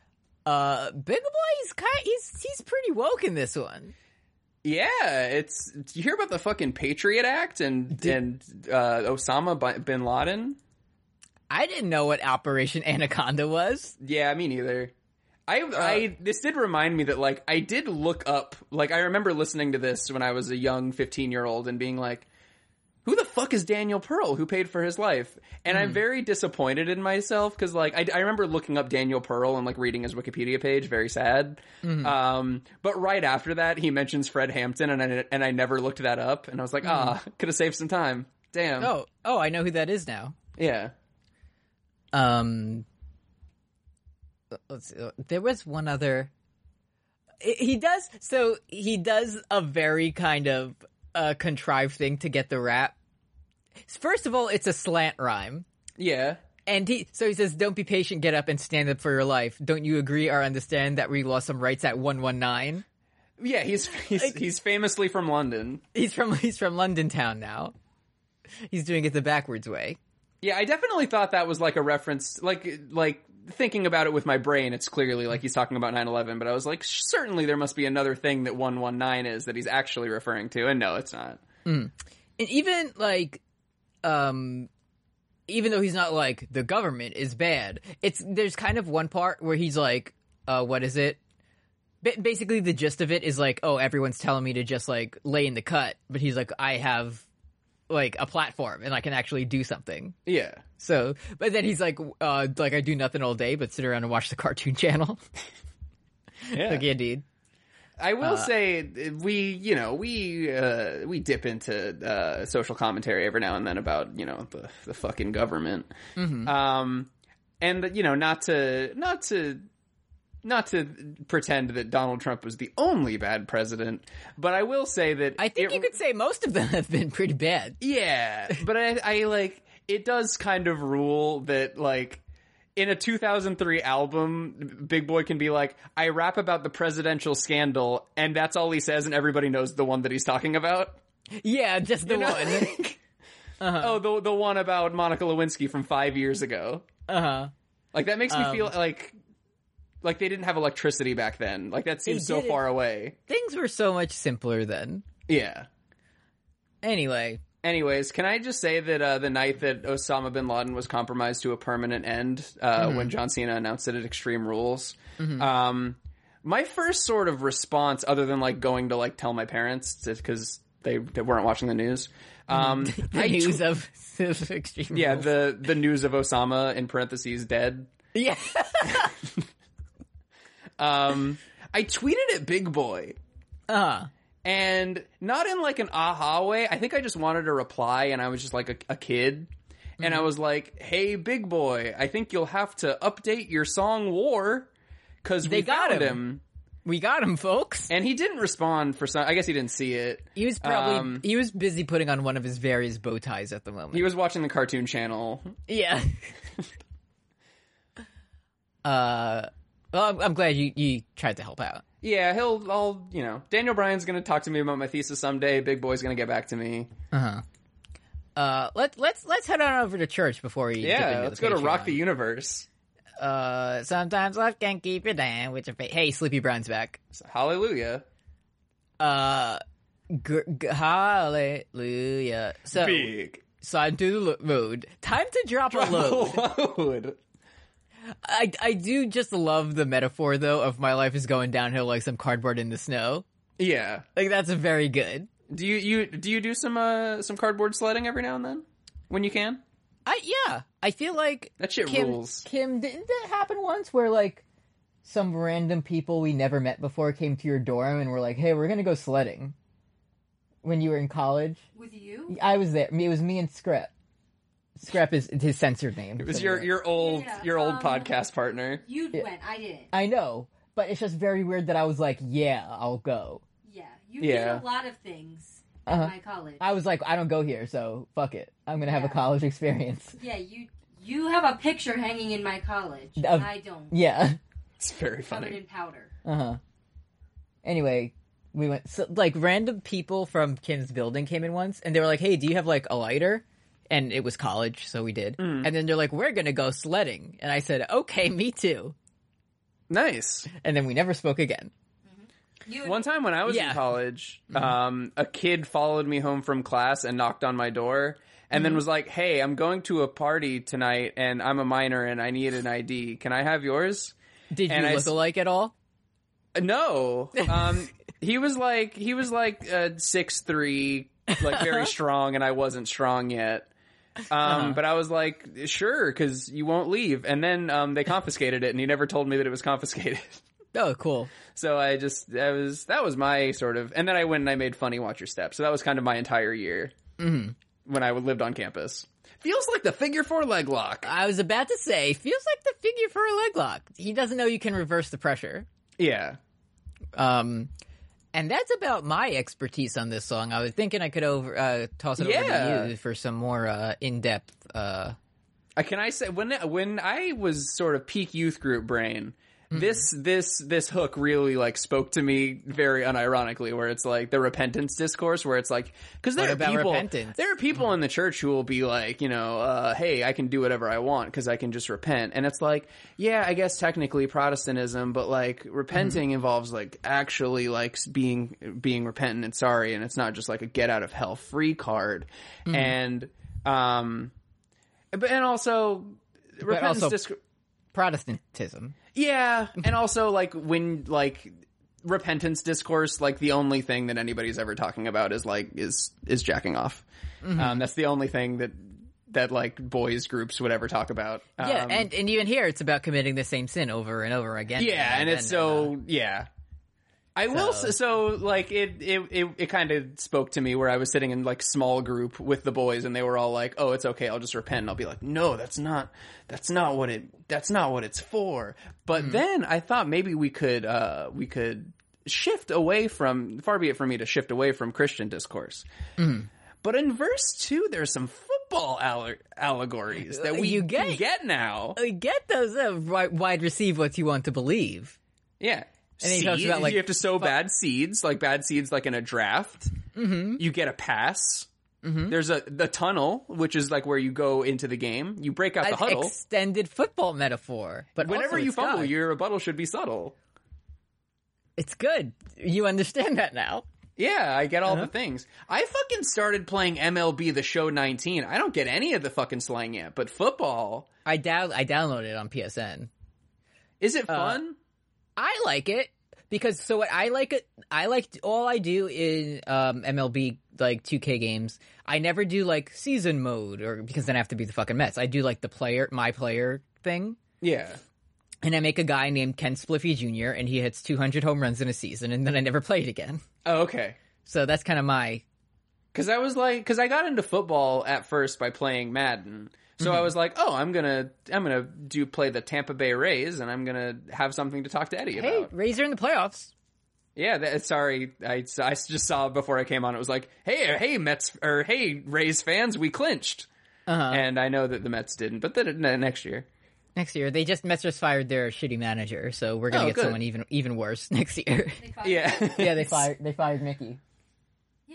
Uh, Big Boy's kind, he's he's pretty woke in this one. Yeah, it's. Do you hear about the fucking Patriot Act and and uh, Osama bi- bin Laden? I didn't know what Operation Anaconda was. Yeah, me neither. I, I this did remind me that like I did look up like I remember listening to this when I was a young 15 year old and being like who the fuck is Daniel Pearl who paid for his life and I'm very disappointed in myself because like I, I remember looking up Daniel Pearl and like reading his Wikipedia page very sad um but right after that he mentions Fred Hampton and I and I never looked that up and I was like ah could have saved some time damn Oh, oh, I know who that is now. yeah Um, let's see. There was one other. I- He does so. He does a very kind of uh, contrived thing to get the rap. First of all, it's a slant rhyme, yeah and he so he says, "Don't be patient. Get up and stand up for your life. Don't you agree or understand that we lost some rights at one one nine? yeah he's he's, he's famously from London He's from he's from London town now. He's doing it the backwards way. Yeah, I definitely thought that was like a reference, like like thinking about it with my brain, it's clearly like he's talking about 9/11, but I was like certainly there must be another thing that 119 is that he's actually referring to and no, it's not. and even like um even though he's not like the government is bad it's there's kind of one part where he's like uh what is it Ba basically the gist of it is like oh everyone's telling me to just like lay in the cut but he's like i have like a platform and i can actually do something Yeah. so but then he's like uh like i do nothing all day but sit around and watch the cartoon channel Yeah. like indeed I will Uh, say we, you know, we uh we dip into uh social commentary every now and then about, you know, the the fucking government. Mm-hmm. Um and you know, not to not to not to pretend that Donald Trump was the only bad president, but I will say that i think it- you could say most of them have been pretty bad yeah, but I, I like it does kind of rule that like in a 2003 album, Big Boy can be like, I rap about the presidential scandal, and that's all he says, and everybody knows the one that he's talking about. yeah just the one Oh, the the one about Monica Lewinsky from five years ago. uh-huh Like that makes me feel like like they didn't have electricity back then. Like that seems so didn't. far away. things were so much simpler then. Yeah. Anyway, Anyways, can I just say that uh, the night that Osama bin Laden was compromised to a permanent end, uh, when John Cena announced it at Extreme Rules, um, my first sort of response, other than like going to like tell my parents because they, they weren't watching the news, um, the I news tw- of, of extreme. yeah rules. the the news of Osama in parentheses dead. yeah. Um, I tweeted at Big Boy. Uh, and not in like an aha way. I think I just wanted to reply, and I was just like a, a kid, and I was like, "Hey, big boy, I think you'll have to update your song War because we They got found him." we got him, folks. And he didn't respond for some. I guess he didn't see it. He was probably Um, he was busy putting on one of his various bow ties at the moment. He was watching the Cartoon Channel. yeah. uh, well, I'm, I'm glad you you tried to help out. Yeah, he'll. I'll. You know, Daniel Bryan's gonna talk to me about my thesis someday. Big boy's gonna get back to me. Uh, let let's let's head on over to church before we dip into Yeah, the let's go to Rock Patreon. the Universe. Uh, sometimes life can keep you down with your fa- Hey, Sleepy Brown's back. Hallelujah. uh g- g- hallelujah so Big. sign to the lo- road time to drop a load Load. I, I do just love the metaphor though of my life is going downhill like some cardboard in the snow Yeah. like that's very good Do you, you do you do some uh some cardboard sledding every now and then when you can? i yeah i feel like That shit kim, rules. kim didn't that happen once where like some random people we never met before came to your dorm and were like hey we're gonna go sledding when you were in college With you? i was there it was me and script Scrap is his censored name. It was your your old Yeah, your old um, podcast partner. You went. I didn't. I know, but it's just very weird that I was like, yeah, I'll go. Yeah. You Yeah. did a lot of things Uh-huh. at my college. I was like, I don't go here, so fuck it. I'm gonna have a Yeah. college experience. yeah. You you have a picture hanging in my college. Of- I don't. Yeah. It's very Covered funny. in powder. Uh huh. Anyway, we went so, like random people from Kim's building came in once, and they were like, "Hey, do you have like a lighter?" And it was college, so we did. Mm. And then they're like, "We're gonna go sledding," and I said, "Okay, me too." Nice. And then we never spoke again. You One time when I was Yeah. in college, um, a kid followed me home from class and knocked on my door and then was like, Hey, I'm going to a party tonight and I'm a minor and I need an ID. Can I have yours? Did And you I look s- alike at all? Uh, No. Um, he was like, he was like, uh, six, three, like very strong and I wasn't strong yet. Um, but I was like, sure, cause you won't leave. And then, um, they confiscated it and he never told me that it was confiscated. Oh, cool. So I just that was that was my sort of, and then I went and I made Funny Watch Your Step. So that was kind of my entire year when I lived on campus. Mm-hmm. Feels like the figure four leg lock. I was about to say, feels like the figure for a leg lock. He doesn't know you can reverse the pressure. Yeah, Um, and that's about my expertise on this song. I was thinking I could over uh, toss it Yeah. over to you for some more uh, in depth. Uh, Uh, can I say when when I was sort of peak youth group brain, Mm-hmm. this this this hook really like spoke to me very unironically. Where it's like the repentance discourse, where it's like because there What are about people repentance? Mm-hmm. there are people in the church who will be like, you know, uh, hey, I can do whatever I want because I can just repent, and it's like, yeah, I guess technically Protestantism, but like Mm-hmm. repenting involves like actually like s- being being repentant and sorry, and it's not just like a get out of hell free card, Mm-hmm. and um. But and also repentance also- disc- Protestantism. yeah, and also like when like repentance discourse, like the only thing that anybody's ever talking about is like is is jacking off. Mm-hmm. Um, that's the only thing that that like boys groups would ever talk about. Yeah, Um, and, and even here, it's about committing the same sin over and over again. yeah, and it's then, uh, so yeah. I will So- s- so like it it it, it kind of spoke to me where I was sitting in like small group with the boys and they were all like, "Oh, it's okay, I'll just repent." And I'll be like, "No, that's not that's not what it that's not what it's for." But then I thought maybe we could uh we could shift away from far be it from me to shift away from Christian discourse. Mm-hmm. But in verse 2 there's some football aller- allegories that we You get- can Uh, get now. we get those uh, wi- wide receive what you want to believe. Yeah. And he talks about, like, you have to sow bad seeds, like bad seeds, like in a draft. Mm-hmm. You get a pass. Mm-hmm. There's a the tunnel, which is like where you go into the game. You break out the An huddle. extended football metaphor. But also Whenever you it's fumble, not. your rebuttal should be subtle. it's good. You understand that now. Yeah, I get all Uh-huh. the things. I fucking started playing MLB The Show 19. I don't get any of the fucking slang yet, but football I down I downloaded it on PSN. is Uh, it fun? I like it because so what I like it I like all I do in um, MLB like 2K games. I never do like season mode or because then I have to be the fucking Mets. I do like the player my player thing. yeah, And I make a guy named Ken Spliffy Jr. and he hits 200 home runs in a season and then I never play it again. oh, okay. So that's kind of my Cause I was like, cause I got into football at first by playing Madden. So Mm-hmm. I was like, oh, I'm gonna, I'm gonna do play the Tampa Bay Rays and I'm gonna have something to talk to Eddie hey about. Razor in the playoffs. Yeah, that, sorry. I, I just saw before I came on, it was like, hey, hey, Mets, or hey, Rays fans, we clinched. Uh-huh. And I know that the Mets didn't, but then uh, next year. Next year, they just Mets just fired their shitty manager, so we're gonna Oh, get good. someone even even worse next year. They called Yeah. him- yeah, they fired they fired Mickey. He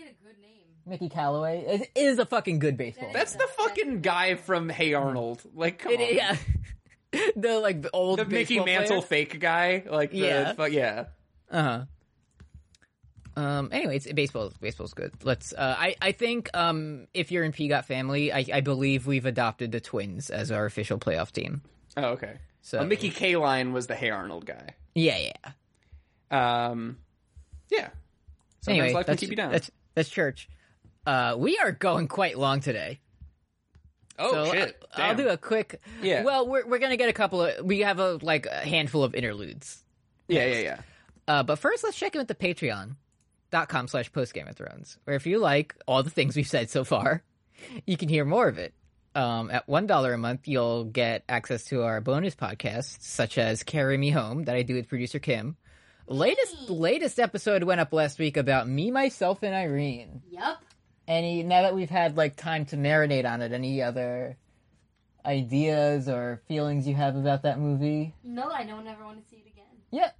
had a good name. Mickey Callaway is, is a fucking good baseball. That That's the fucking guy from Hey Arnold. Like, come on. Mm-hmm. It- yeah. the like the old The Mickey baseball Mantle player. fake guy. Like, the, Yeah. fu- yeah. Um. Anyways, baseball baseball's good. Let's. Uh. I I think um if you're in PGOT family, I I believe we've adopted the Twins as our official playoff team. Oh, okay. So- So Mickey K line was the Hey Arnold guy. Yeah. Yeah. Um, yeah. Sometimes anyway, life can that's, keep you down. that's that's church. Uh, we are going quite long today. oh So shit! I, will Damn. do a quick. Yeah. Well, we're we're gonna get a couple of. We have a like a handful of interludes. Yeah, yeah, yeah. Uh, but first, let's check in with the Patreon. dot com slash post Game of Thrones, where if you like all the things we've said so far, you can hear more of it. um, at one dollar a month, you'll get access to our bonus podcasts, such as "Carry Me Home" that I do with producer Kim. Latest latest episode went up last week about me, myself, and Irene. Yep. Any now that we've had like time to marinate on it, any other ideas or feelings you have about that movie? No, I don't ever want to see it again. Yeah.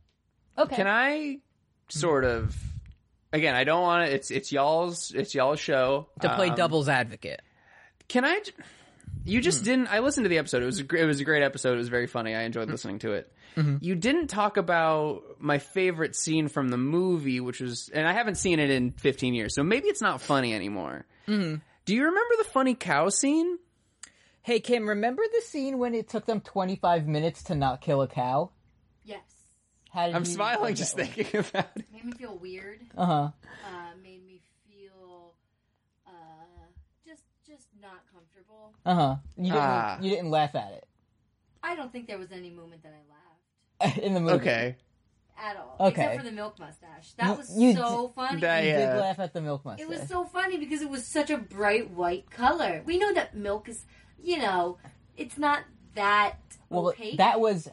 Okay. Can I sort of again? I don't want to. It's it's y'all's it's y'all's show to play Um, devil's advocate. Can I? j- You just Hmm. didn't. I listened to the episode. It was a, gr- it was a great episode. It was very funny. I Hmm. enjoyed listening to it. Mm-hmm. You didn't talk about my favorite scene from the movie, which was, and I haven't seen it in 15 years, so maybe it's not funny anymore. Mm-hmm. Do you remember the funny cow scene? Hey Kim, remember the scene when it took them 25 minutes to not kill a cow? Yes. How did I'm you- smiling just thinking about it. Made me feel weird. Uh-huh. Uh, made me feel uh, just just not comfortable. Uh-huh. You didn't Ah. you didn't laugh at it I don't think there was any moment that I in the movie. Okay. laughed at all. Okay. Except for the milk mustache. That No, was you so funny. You That- did Yeah. laugh at the milk mustache. It was so funny because it was such a bright white color. We know that milk is, you know, it's not that well, opaque. that was h-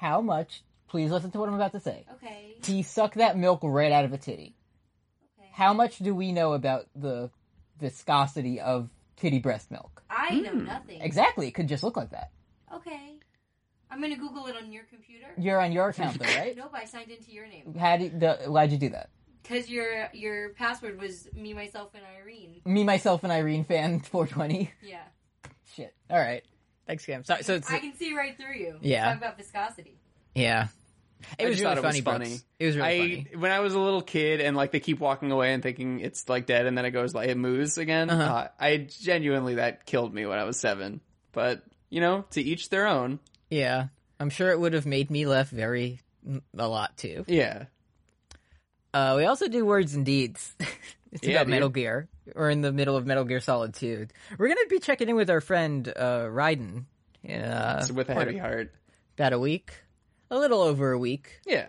how much. Please listen to what I'm about to say. okay. He sucked that milk right out of a titty. Okay. How much do we know about the viscosity of titty breast milk? I know Hmm. nothing. Exactly, it could just look like that. Okay. I'm gonna Google it on your computer. You're on your account though, right? Nope, I signed into your name How did the, why'd you do that? because your your password was me, myself, and Irene. Me, myself, and Irene fan 420. Yeah, Shit. All right. Thanks, Cam. Sorry. So it's I can see right through you. Yeah. talk about viscosity. yeah. It I was just really thought funny. it was funny. Brooks. It was really I funny. when I was a little kid and like they keep walking away and thinking it's like dead and then it goes like it moves again. Uh-huh. uh, I genuinely that killed me when I was seven. But you know, to each their own. Yeah, I'm sure it would have made me laugh very a lot too. Yeah. Uh, we also do words and deeds. it's Yeah, about dude. Metal Gear. We're in the middle of Metal Gear Solid 2. We're gonna be checking in with our friend uh, Raiden. Yeah, So with a heavy heart. about a week, a little over a week. Yeah.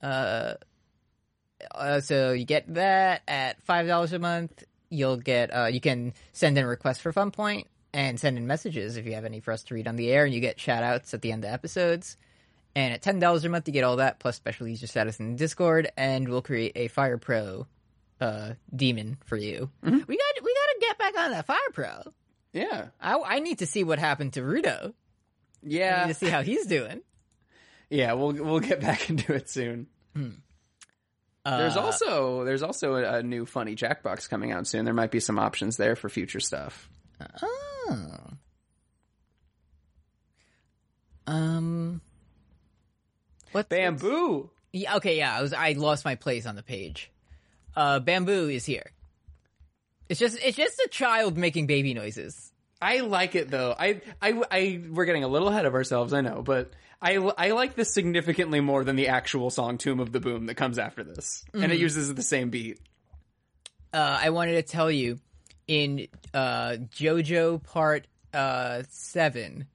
Uh, uh, so you get that at five dollars a month. You'll get uh, you can send in requests for fun point and send in messages if you have any for us to read on the air, and you get shout outs at the end of episodes. And at ten dollars a month, you get all that plus special user status in Discord, and we'll create a Fire Pro uh, demon for you. Mm-hmm. We got we got to get back on that Fire Pro. Yeah. I, I need to see what happened to Rudo. I Yeah. need to see how he's doing. Yeah, we'll we'll get back into it soon. Uh, There's also there's also a, a new funny Jackbox coming out soon. There might be some options there for future stuff. Oh. Um. What? Bamboo. Yeah, okay. Yeah. I was. I lost my place on the page. Uh, bamboo is here. It's just. It's just a child making baby noises. I like it though. I, I, I, we're getting a little ahead of ourselves, I know, but I, I like this significantly more than the actual song "Tomb of the Boom" that comes after this, and it Mm-hmm. uses the same beat. Uh, I wanted to tell you, in uh JoJo part uh seven,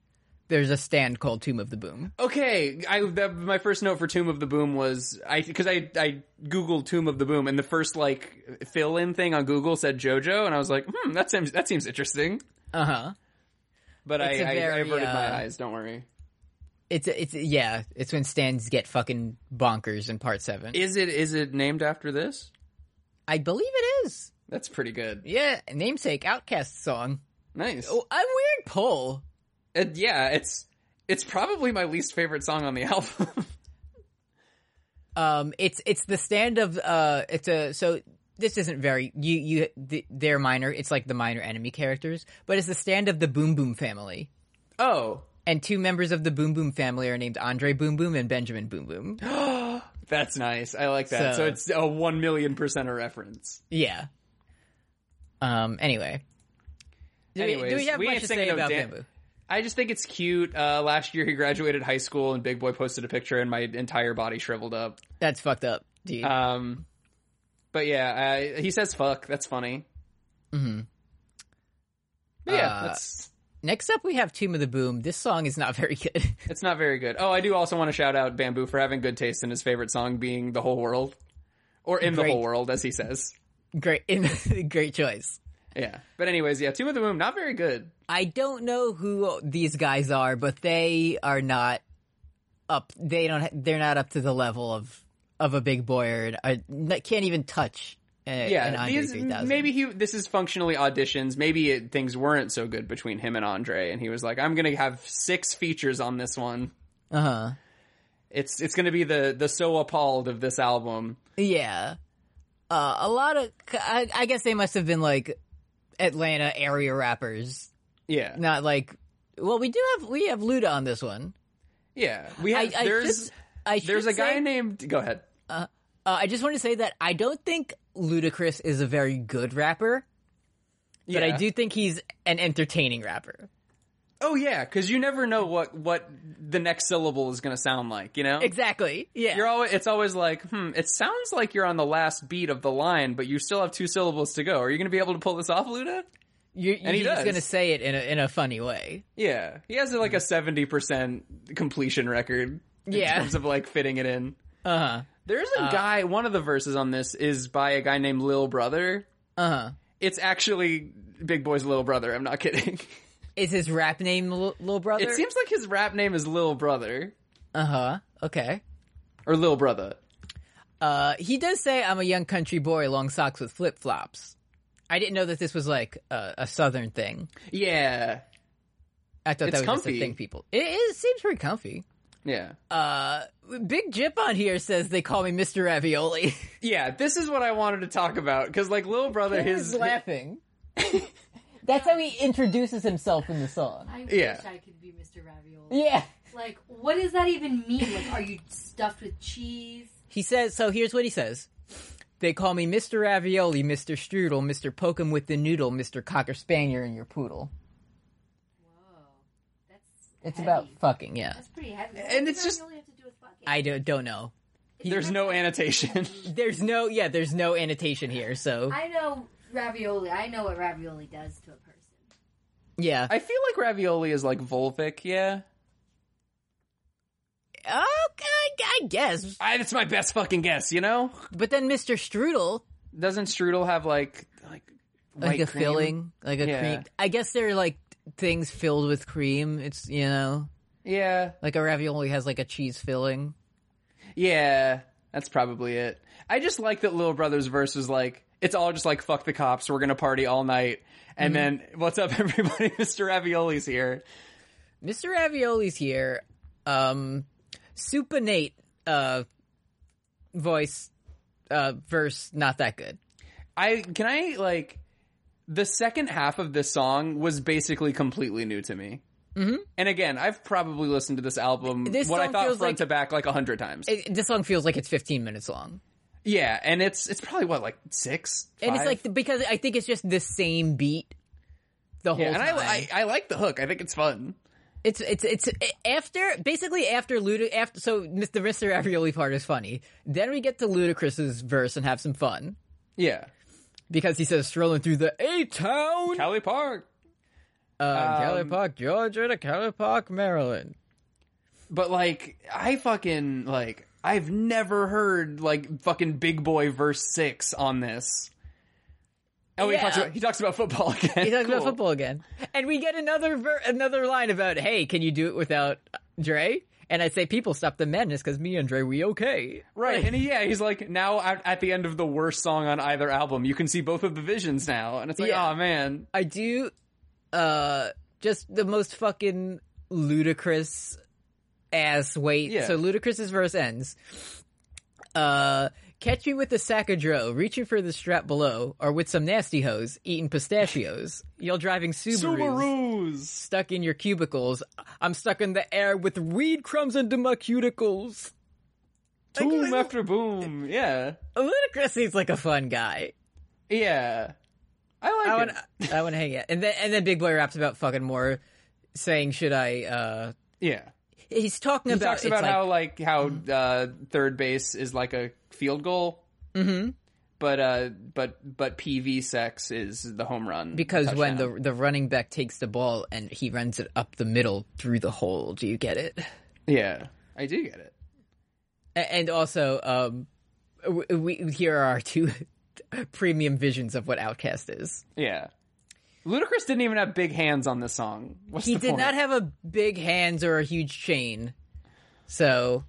there's a stand called Tomb of the Boom. Okay, I that, my first note for "Tomb of the Boom" was I because I, I googled "Tomb of the Boom" and the first like fill in thing on Google said JoJo, and I was like, hmm, that seems that seems interesting. Uh huh. But I, It's a I, I very, averted uh, my eyes. Don't worry. It's it's yeah. It's when stands get fucking bonkers in part seven. Is it is it named after this? I believe it is. That's pretty good. Yeah, namesake Outcast song. Nice. Oh, a weird pull. Uh, yeah, it's it's probably my least favorite song on the album. Um, it's it's the stand of uh, it's a so this isn't very you you th- they're minor. It's like the minor enemy characters, but it's the stand of the Boom Boom family, oh, and two members of the Boom Boom family are named Andre Boom Boom and Benjamin Boom Boom. that's nice. I like that. So- So, it's a one million percent a reference. yeah. Um. Anyway. Do we- Anyways, do we have we much ain't to say singing no about dan- bamboo? I just think it's cute. Uh, last year he graduated high school, and Big Boy posted a picture, and my entire body shriveled up. That's fucked up, dude. Um, but yeah, I, he says "fuck." That's funny. Mm-hmm. Yeah, Uh, that's Next up, we have Tomb of the Boom. This song is not very good. it's not very good. Oh, I do also want to shout out Bamboo for having good taste in his favorite song being "The Whole World," or "In the Great. Whole World," as he says. great, great choice. Yeah. But anyways, yeah, Tomb of the Moon, not very good. I don't know who these guys are, but they are not up. They don't. ha- They're not up to the level of of a big boy. I can't even touch. A, an Yeah, Andre these, 3000. maybe he. This is functionally auditions. Maybe it, things weren't so good between him and Andre, and he was like, "I'm gonna have six features on this one. Uh huh. It's it's gonna be the the so appalled of this album." Yeah. Uh, a lot of. I, I guess they must have been like Atlanta area rappers, Yeah, not like. Well, we do have we have Luda on this one. yeah. We I, have I there's just- I there's a should guy say- named. Go ahead. Uh, I just want to say that I don't think Ludacris is a very good rapper, but I Yeah. do think he's an entertaining rapper. Oh yeah, because you never know what what the next syllable is gonna sound like. You know. Exactly. Yeah. You're always, it's always like, hmm, it sounds like you're on the last beat of the line, but you still have two syllables to go. Are you going to be able to pull this off, Luda? You're, And he he's does. going to say it in a, in a funny way. Yeah, he has like a seventy percent completion record. In Yeah. terms of like fitting it in. Uh huh. There's a guy. One of the verses on this is by a guy named Lil Brother. Uh huh. It's actually Big Boy's Lil Brother. I'm not kidding. Is his rap name L- Lil Brother? It seems like his rap name is Lil Brother Uh huh. Okay. or Lil Brother. Uh, he does say, "I'm a young country boy, long socks with flip flops." I didn't know that this was like a, a southern thing. Yeah, I thought It's that was just comfy. a thing. People, it, it seems pretty comfy. yeah, Uh, Big Jip on here says they call me Mr. Ravioli. yeah. This is what I wanted to talk about because like Lil Brother, his He's laughing. That's how he introduces himself in the song. I Yeah. wish I could be Mr. Ravioli. Yeah. Like, what does that even mean? Like, are you stuffed with cheese? He says, so here's what he says. They call me Mr. Ravioli, Mr. Strudel, Mr. Poke 'em with the Noodle, Mr. Cocker Spaniel, and your Poodle. Whoa, that's It's heavy. about fucking, yeah. that's pretty heavy. And it's Does just- Ravioli have to do with fucking? I do, don't know. there's no annotation. There's no, yeah, there's no annotation here, so, I know ravioli. I know what ravioli does to a person. yeah. I feel like Ravioli is like Volvic. Yeah, Okay, I guess. I, it's my best fucking guess. You know, But then Mr. Strudel, doesn't Strudel have like like like white a cream? filling, like a Yeah. cream. I guess they're like things filled with cream. It's, you know, Yeah, like a ravioli has like a cheese filling. yeah, that's probably it. I just like that Little Brother's verse was like it's all just like fuck the cops, we're gonna party all night, and Mm-hmm. then what's up everybody, Mr. Ravioli's here. Mr. Ravioli's here. Um, Super Nate, uh, voice, uh, verse, not that good. I can I like the second half of this song was basically completely new to me. Mm-hmm. And again, I've probably listened to this album This what I song thought feels front like- to back like a hundred times. It, this song feels like it's 15 minutes long. yeah, and it's it's probably what like six, And it's Five? like, because I think it's just the same beat the whole yeah, and I, time. I I like the hook. I think it's fun. It's it's it's after basically after Luda after so Mr. the Mr. Ravioli part is funny. Then we get to Ludacris's verse and have some fun Yeah. because he says strolling through the A town, Cali Park. Um, uh, Cali Park, Georgia to Cali Park, Maryland. But like, I fucking like, I've never heard like fucking Big Boy verse six on this. Oh, he Yeah. talks about he talks about football again. He talks about Cool. football again, and we get another ver- another line about hey, can you do it without Dre? And I say people stop the madness because me and Dre we okay. right? And he, yeah, he's like now at, at the end of the worst song on either album, you can see both of the visions now, and it's like, Yeah. oh man, I do uh just the most fucking ludicrous ass wait. Yeah. So Ludacris's verse ends. Uh catch me with the sack of dro, reaching for the strap below, or with some nasty hoes, eating pistachios. Y'all driving Subarus. Subarus. Stuck in your cubicles. I'm stuck in the air with weed crumbs into my cuticles. boom after boom, yeah, Ludacris seems like a fun guy. yeah. I like I it. want I want to hang out. And then and then Big Boy raps about fucking more saying should I uh yeah. he's talking He about talks it's about like- how like how uh, third base is like a field goal, mm-hmm. but uh, but but PV sex is the home run because when touchdown. the the running back takes the ball and he runs it up the middle through the hole. Do you get it? yeah, I do get it. A- And also, um, w- we here are our two premium visions of what Outcast is. Yeah, Ludacris didn't even have big hands on this song. What's he the did point? not have a big hands or a huge chain. So,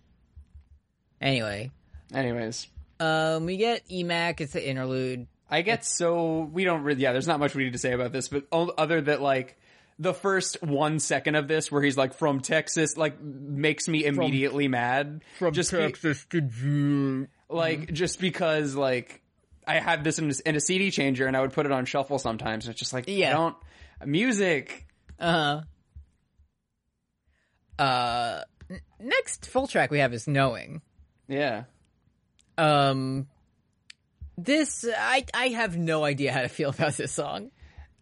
anyway, Anyways, um, we get Emac. It's an interlude. I get so we don't really. Yeah, there's not much we need to say about this, but o- other that like the first one second of this where he's like from Texas, like makes me immediately mad. just be- to like mm-hmm. just because like I had this in, in a CD changer and I would put it on shuffle sometimes. And it's just like yeah, Yeah. don't music. Uh huh. Uh, n- next full track we have is knowing. Yeah, Um, this I I have no idea how to feel about this song.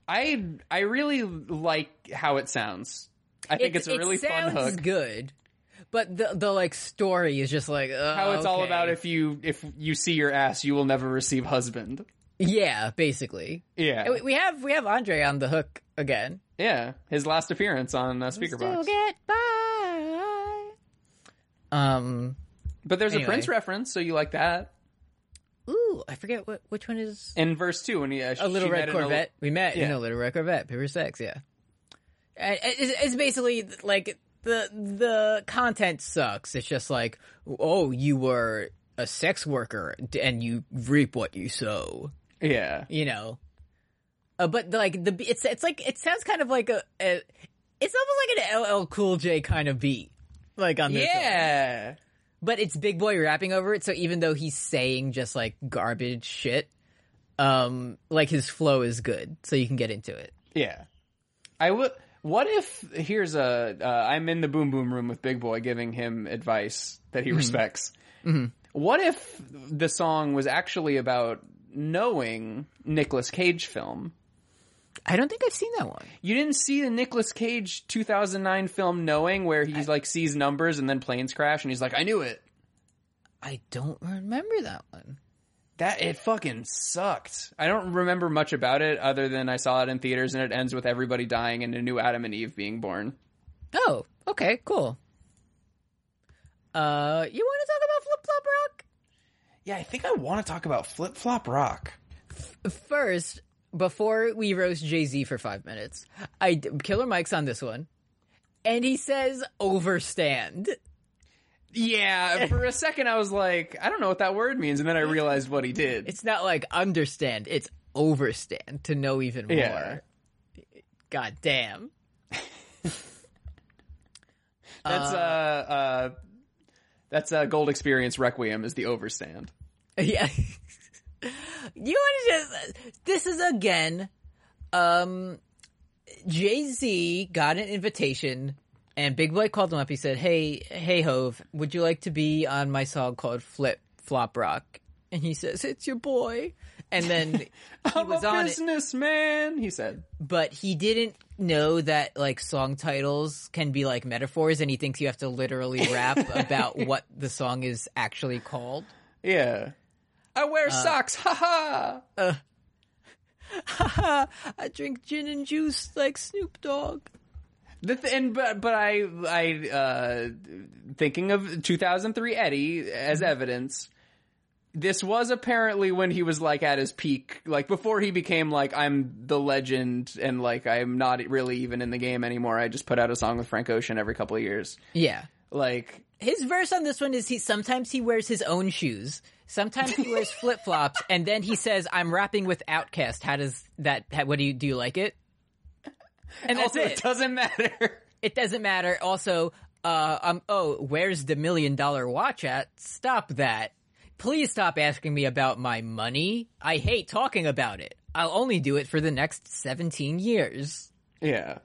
I I really like how it sounds. I think It- it's a it really fun sounds hook. Good, but the the like story is just like uh, How it's all okay. about if you if you see your ass, you will never receive husband. yeah, basically. Yeah, And Oh, we- We have we have Andre on the hook again. yeah. His last appearance on uh, Still Speakerbox. get by. Um. But there's a Anyway. Prince reference, so you like that. Ooh, I forget what which one is In verse two, when he uh, a little she met red in a- Corvette. we met in a Yeah. little red Corvette. Paper sex. Yeah. And It's, it's basically like the the content sucks. It's just like oh, you were a sex worker and you reap what you sow. yeah, you know. Uh, but like the it's it's like it sounds kind of like a, a it's almost like an LL Cool J kind of beat, like on this. one. yeah. But it's Big Boy rapping over it, so even though he's saying just like garbage shit, um, like his flow is good, so you can get into it. Yeah. I would. What if here's a uh, I'm in the boom boom room with Big Boy giving him advice that Mm-hmm. he respects. What if the song was actually about knowing Nicolas Cage film? I don't think I've seen that one. You didn't see the Nicolas Cage 2009 film Knowing where he like sees numbers and then planes crash and he's like I knew it. I don't remember that one. That it fucking sucked. I don't remember much about it other than I saw it in theaters and it ends with everybody dying and a new Adam and Eve being born. Oh, okay, cool. Uh, you want to talk about Flip Flop Rock? Yeah, I think I want to talk about Flip Flop Rock. First, before we roast Jay Z for five minutes, I d- Killer Mike's on this one, and he says overstand. Yeah, for a second I was like, I don't know what that word means, and then I realized what he did. It's not like understand; it's overstand to know even more. Yeah. God damn. that's uh, uh that's uh, Gold Experience Requiem is the overstand. Yeah. you want to just. This is again. Um, Jay Z got an invitation, and Big Boy called him up. He said, "Hey, hey, Hove, would you like to be on my song called Flip Flop Rock?" And he says, "It's your boy." And then he I'm was a on it, businessman, he said. but he didn't know that like song titles can be like metaphors, and he thinks you have to literally rap about what the song is actually called. Yeah. I wear socks, haha. I drink gin and juice like Snoop Dogg. The th- and but but I I uh thinking of 2003 Eddie as Mm-hmm. evidence. This was apparently when he was like at his peak, like before he became like I'm the legend and like I'm not really even in the game anymore. I just put out a song with Frank Ocean every couple of years. Yeah. Like His verse on this one is he sometimes he wears his own shoes. Sometimes he wears flip flops, and then he says, "I'm rapping with Outcast." How does that? How, what do you do? You like it? And that's also it it. doesn't matter. It doesn't matter. Also, uh, um, oh, where's the million dollar watch at? Stop that! Please stop asking me about my money. I hate talking about it. I'll only do it for the next seventeen years. Yeah.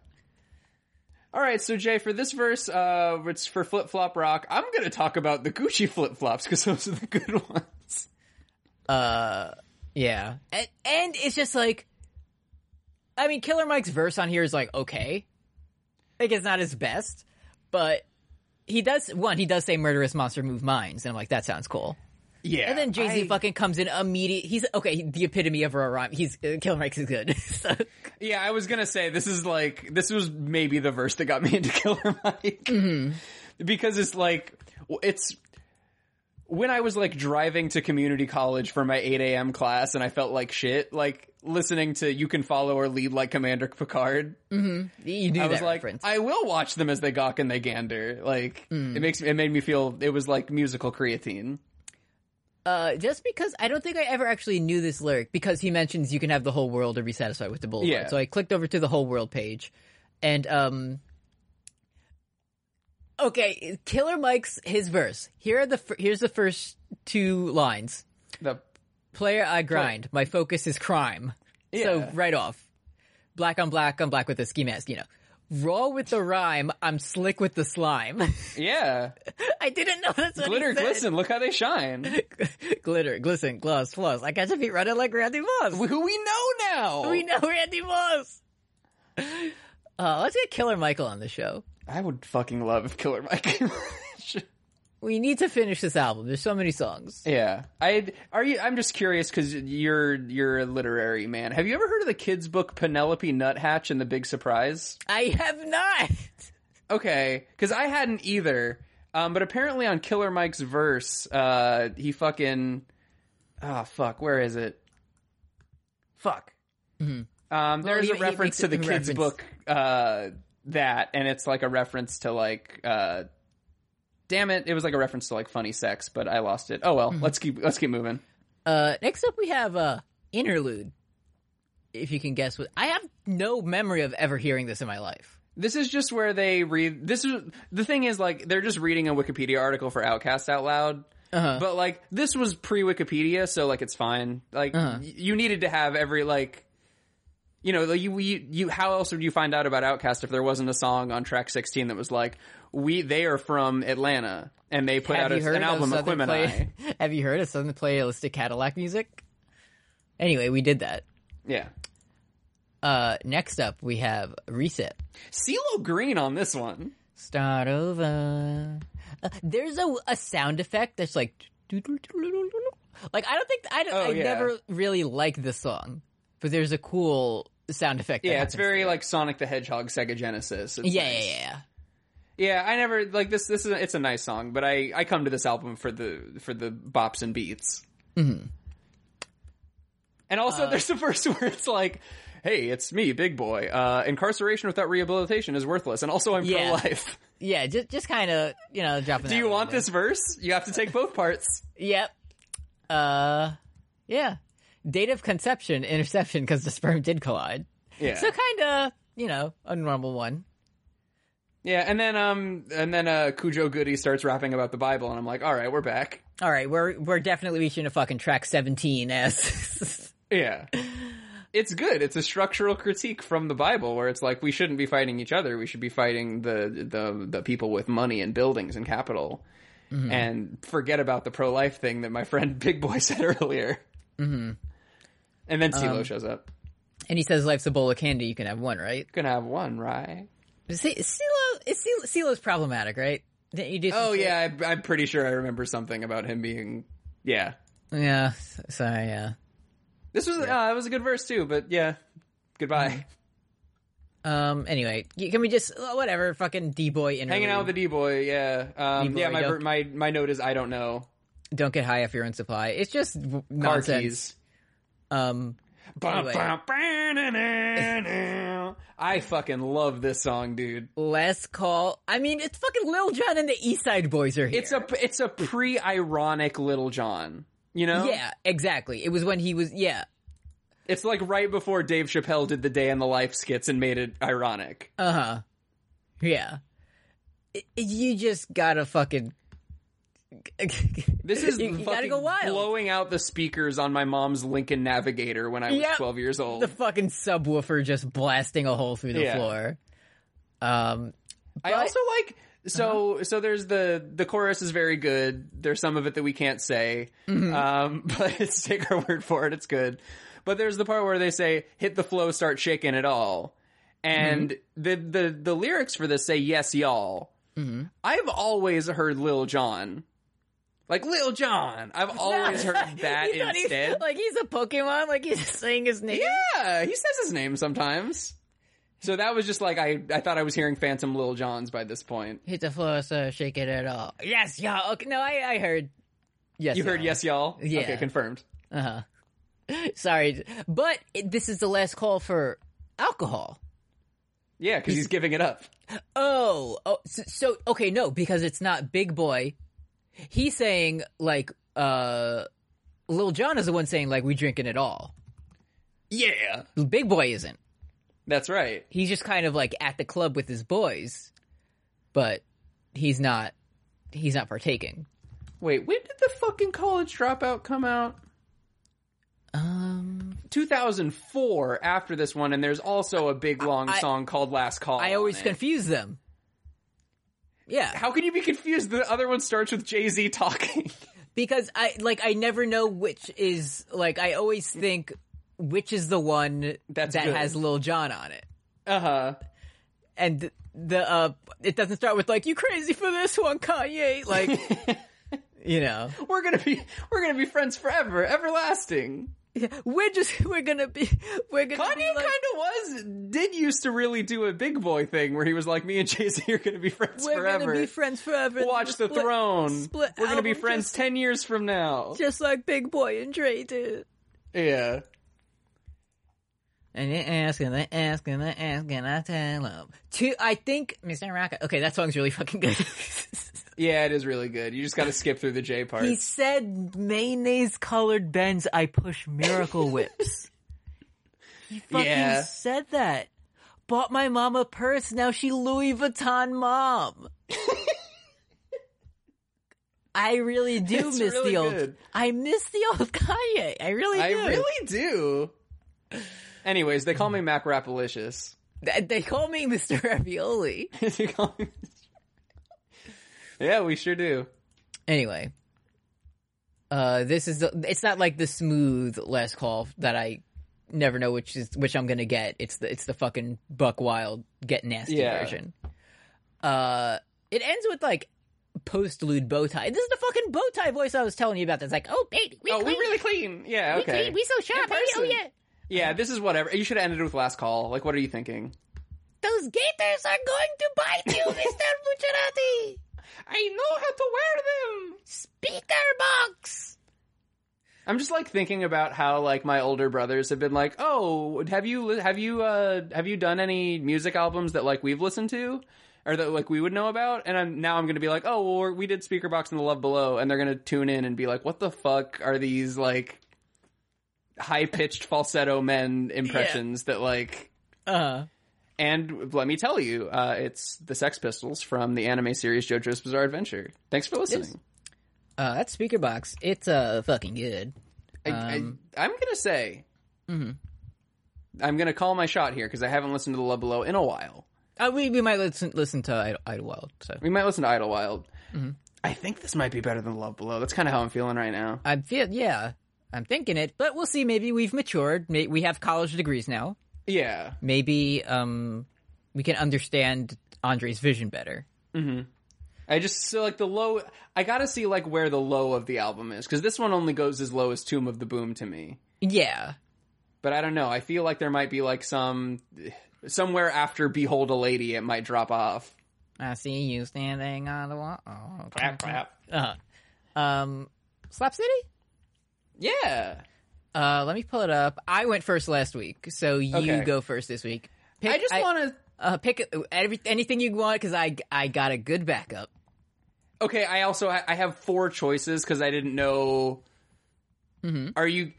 All right, so Jay, for this verse, uh, it's for Flip Flop Rock. I'm gonna talk about the Gucci flip flops because those are the good ones. Yeah. And, and it's just like, I mean, Killer Mike's verse on here is like, okay. Like, it's not his best, but he does, one, he does say murderous monster move minds. And I'm like, that sounds cool. Yeah, And then Jay Z I- fucking comes in immediate. He's, okay, the epitome of a rhyme. He's, uh, Killer Mike's is good. so, Yeah, I was gonna say this is like this was maybe the verse that got me into Killer Mike because it's like w- it's when I was like driving to community college for my 8 a.m. class and I felt like shit, like listening to You Can Follow or Lead Like Commander Picard, You knew I that was like, reference. I will watch them as they gawk and they gander. Like, it makes it made me feel, it was like musical creatine. uh, just because I don't think I ever actually knew this lyric because he mentions you can have the whole world or be satisfied with the boulevard. Yeah. So I clicked over to the whole world page, and um, okay, Killer Mike's his verse. Here are the fir- here's the first two lines. The, Player, I grind. My focus is crime. So Yeah. right off, black on black on black with a ski mask. You know, raw with the rhyme. I'm slick with the slime. yeah. I didn't know that's what he Glitter, said. glisten, look how they shine. glitter, glisten, gloss, floss. I catch a feet running like Randy Moss. We, Who we know now. know Randy Moss. Uh, let's get Killer Michael on the show. I would fucking love if Killer Mike. We need to finish this album. There's so many songs. yeah. I are you I'm just curious cuz you're you're a literary man. Have you ever heard of the kids book Penelope Nuthatch and the Big Surprise? I have not. Okay, cuz I hadn't either. Um but apparently on Killer Mike's verse, uh he fucking Ah, fuck, where is it? Fuck. Um Mm-hmm. there's he- a he reference makes to the it in kids reference. book uh that and it's like a reference to like uh Damn it! It was like a reference to like funny sex, but I lost it. Oh well, Mm-hmm. let's keep let's keep moving. Uh, next up, we have uh, interlude. If you can guess what, I have no memory of ever hearing this in my life. This is just where they read. This is the thing is like they're just reading a Wikipedia article for Outcast out loud. Uh-huh. But like this was pre Wikipedia, so like it's fine. Like Uh-huh. y- you needed to have every like, you know, like, you, you you how else would you find out about Outcast if there wasn't a song on track sixteen that was like we they are from Atlanta and they put have out you a, heard an of album Southern Aquemini. play- Have you heard of Southern playlist of Cadillac music? Anyway, we did that. Yeah, Uh, next up, we have reset. CeeLo Green on this one. Start over. Uh, there's a, a sound effect that's like, like I don't think I, don't- I Oh, yeah. never really like this song, but there's a cool sound effect. that Yeah, it's happens. very like Sonic the Hedgehog Sega Genesis. It's yeah, nice. yeah, yeah. Yeah, I never like this. This is it's a nice song, but I I come to this album for the for the bops and beats. Mm-hmm. And also, Uh, there's the verse where it's like, "Hey, it's me, big boy. Uh, incarceration without rehabilitation is worthless." And also, I'm Yeah. pro life. Yeah, just just kind of you know dropping. Do you want this verse? You have to take both parts. Yep. Uh, yeah. Date of conception, interception, because the sperm did collide. Yeah, So kind of you know a normal one. yeah. And then um, and then uh, Cujo Goody starts rapping about the Bible, and I'm like, "All right, we're back." All right, we're we're definitely reaching a fucking track seventeen as. Yeah. It's good. It's a structural critique from the Bible where it's like we shouldn't be fighting each other. We should be fighting the the, the people with money and buildings and capital. And forget about the pro life thing that my friend Big Boy said earlier. Mm-hmm. Um, And then CeeLo shows up. And he says life's a bowl of candy, you can have one, right? Gonna have one, right? C- CeeLo, is CeeLo, CeeLo's problematic, right? Didn't you do some Oh shit? yeah, I, I'm pretty sure I remember something about him being. Yeah, Yeah, s- sorry, yeah. this was uh, that was a good verse too. But yeah, goodbye. Um, anyway, y- can we just, oh, whatever, fucking D-boy interlude. Hanging out with the D boy. Yeah, um, D-boy, yeah. My, ver- yuck. my my note is I don't know. Don't get high off your own supply. It's just w- Car nonsense. keys. Um, Bum, Anyway. bum, bah, nah, nah, nah. I fucking love this song, dude. let's call, I mean, it's fucking Lil Jon and the East Side Boys are here. It's a it's a pre-ironic Little John. You know, Yeah, exactly. It was when he was, yeah. It's like right before Dave Chappelle did the Day in the Life skits and made it ironic. Uh huh. Yeah. I- you just gotta fucking. This is You- you gotta fucking go wild. blowing out the speakers on my mom's Lincoln Navigator when I was Yep. twelve years old. the fucking subwoofer just blasting a hole through the Yeah. floor. Um, I also like so Uh-huh. so there's the the chorus is very good. There's some of it that we can't say. Mm-hmm. Um but it's take our word for it, it's good. But there's the part where they say hit the flow, start shaking it all. And Mm-hmm. the the the lyrics for this say yes y'all. Mm-hmm. I've always heard Lil Jon. Like Lil Jon. I've always heard Oh, that He's not even- instead. like he's a Pokemon, like he's saying his name. yeah, he says his name sometimes. So that was just like I I thought I was hearing Phantom Lil Johns by this point. Hit the floor, so shake it at all. Yes, y'all. Okay, no, I, I heard. Yes, you heard y'all. yes, y'all. Yeah. Okay, confirmed. Sorry, but it, this is the last call for alcohol. Yeah, because he's giving it up. Oh, oh so, so okay, no, because it's not Big Boy. He's saying like uh Lil John is the one saying like we drinking it all. Yeah, Big Boy isn't. that's right. He's just kind of like at the club with his boys, but he's not he's not partaking. Wait, when did the fucking college dropout come out? Um 2004 after this one, and there's also a big long I- song called Last Call. I always on it. confuse them. Yeah, How can you be confused? The other one starts with Jay Z talking. because I like I never know which is like I always think which is the one That's that good. has Lil John on it. Uh huh. and the uh it doesn't start with like you crazy for this one kanye like you know We're gonna be we're gonna be friends forever, everlasting. we're just we're gonna be we're gonna Kanye be like, kind of was did used to really do a big boy thing where he was like, "Me and Jay Z are gonna be friends we're forever. gonna be friends forever Watch the Split- throne. split we're gonna be album, friends just, ten years from now." just like big boy and Dre did yeah. and they ask and they ask and they ask and I tell them two I think Mr. Rocket okay that song's really fucking good Yeah, it is really good. You just got to skip through the J part. he said mayonnaise colored Benz I push miracle whips fucking yeah. said that. Bought my mom a purse. Now she Louis Vuitton mom. I really do It's miss really the old. good. I miss the old Kanye. I really I do. really do. Anyways, they call me Mac Rapalicious. Th- They call me Mr. Ravioli. They call me- yeah, we sure do. Anyway, uh, this is the, it's not like the smooth last call that I never know which is which I'm gonna get. It's the it's the fucking Buck Wild get nasty Yeah. version. Uh, it ends with like postlude bow tie. This is the fucking bow tie voice I was telling you about. That's like, oh baby, we oh, we clean. really clean. Yeah, we okay. clean. We so sharp. baby. Oh person. yeah, yeah, this is whatever. You should have ended with last call. Like, what are you thinking? those gators are going to bite you, Mister Bucciarati. I know how to wear them. Speaker box. I'm just like thinking about how like my older brothers have been like, "Oh, have you li- have you uh have you done any music albums that like we've listened to or that like we would know about?" And I'm now I'm going to be like, "Oh, well, we're- we did Speaker Box and The Love Below." And they're going to tune in and be like, "What the fuck are these like high-pitched falsetto men impressions that like Uh-huh. Uh, and let me tell you, uh, it's the Sex Pistols from the anime series JoJo's Bizarre Adventure. Thanks for listening. uh, that speaker box. It's uh fucking good. I, I, I'm gonna say, I'm gonna call my shot here because I haven't listened to the Love Below in a while. Uh, we we might listen listen to Idle, Idlewild. So We might listen to Idlewild. I think this might be better than Love Below. That's kind of how I'm feeling right now. I feel yeah, I'm thinking it, but we'll see. Maybe we've matured. May, we have college degrees now. Yeah, Maybe um, we can understand Andre's vision better. I just so like the low. I gotta see like where the low of the album is because this one only goes as low as Tomb of the Boom to me. Yeah, But I don't know. I feel like there might be like some somewhere after Behold a Lady, it might drop off. I see you standing on the wall. Oh, okay. Crap, crap. Um, Slap City. Yeah. Uh, let me pull it up. I went first last week, so you Okay. go first this week. Pick, I just want to uh, pick every, anything you want because I I got a good backup. Okay, I also I I have four choices because I didn't know. Mm-hmm. Are you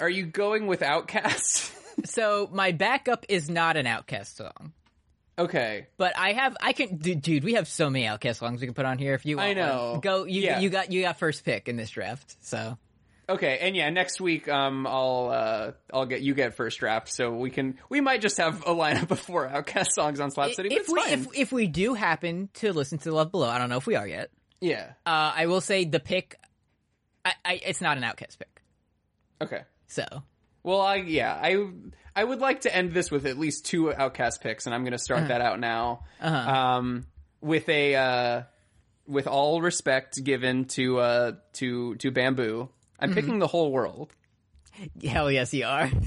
are you going with Outcast? So my backup is not an Outcast song. okay, But I have, I can, dude, dude, we have so many Outcast songs we can put on here if you want. I know. one. Go, you, Yeah. you got, you got first pick in this draft. So okay, and yeah, next week um I'll uh I'll get you get first draft, so we can we might just have a lineup of four Outcast songs on Slap City. But if it's we, fine. if, if we do happen to listen to Love Below, I don't know if we are yet. yeah, Uh, I will say the pick, I, I, it's not an Outcast pick. okay. So Well, I yeah I I would like to end this with at least two Outcast picks, and I'm going to start Uh-huh. that out now. Um, with a uh, with all respect given to uh to to bamboo, I'm Mm-hmm. picking the whole world. hell yes, you are.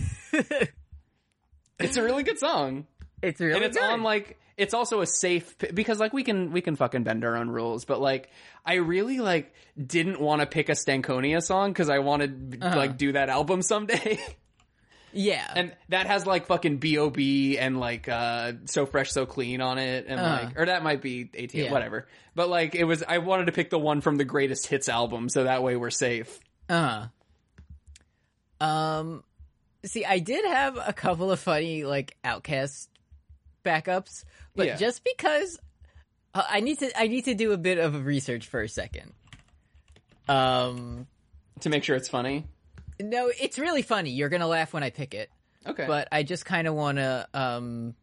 It's a really good song. It's really and it's good. on like it's also a safe p- because like we can we can fucking bend our own rules but like i really like didn't want to pick a stankonia song because i wanted Uh-huh. like do that album someday yeah. and that has like fucking bob and like uh so fresh so clean on it and Uh-huh. like or that might be at Yeah. whatever but like it was i wanted to pick the one from the greatest hits album so that way we're safe Uh huh. Um, see, I did have a couple of funny like Outcast backups, but Yeah. just because uh, I need to, I need to do a bit of research for a second. Um, to make sure it's funny no, it's really funny. You're gonna laugh when I pick it, okay but I just kind of want to um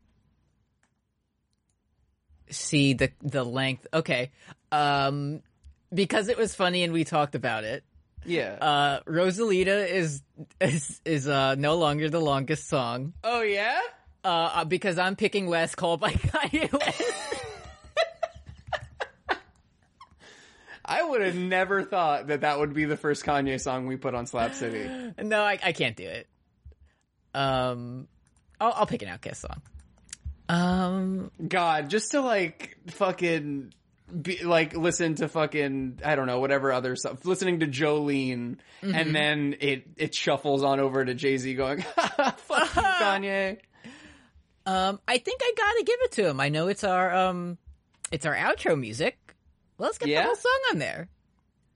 see the the length. Okay, um, because it was funny and we talked about it. yeah uh Rosalita is is is uh no longer the longest song oh yeah uh, uh because I'm picking Last Call by Kanye West. i would have never thought that that would be the first kanye song we put on slap city no, I, I can't do it. Um, I'll, I'll pick an Outkast song. Um, God, just to like fucking be, like listen to fucking I don't know whatever other stuff. Listening to Jolene, and then it it shuffles on over to Jay Z going, "Fuck you, Kanye." um, I think I gotta give it to him. I know it's our um, it's our outro music. Let's get Yeah? the whole song on there.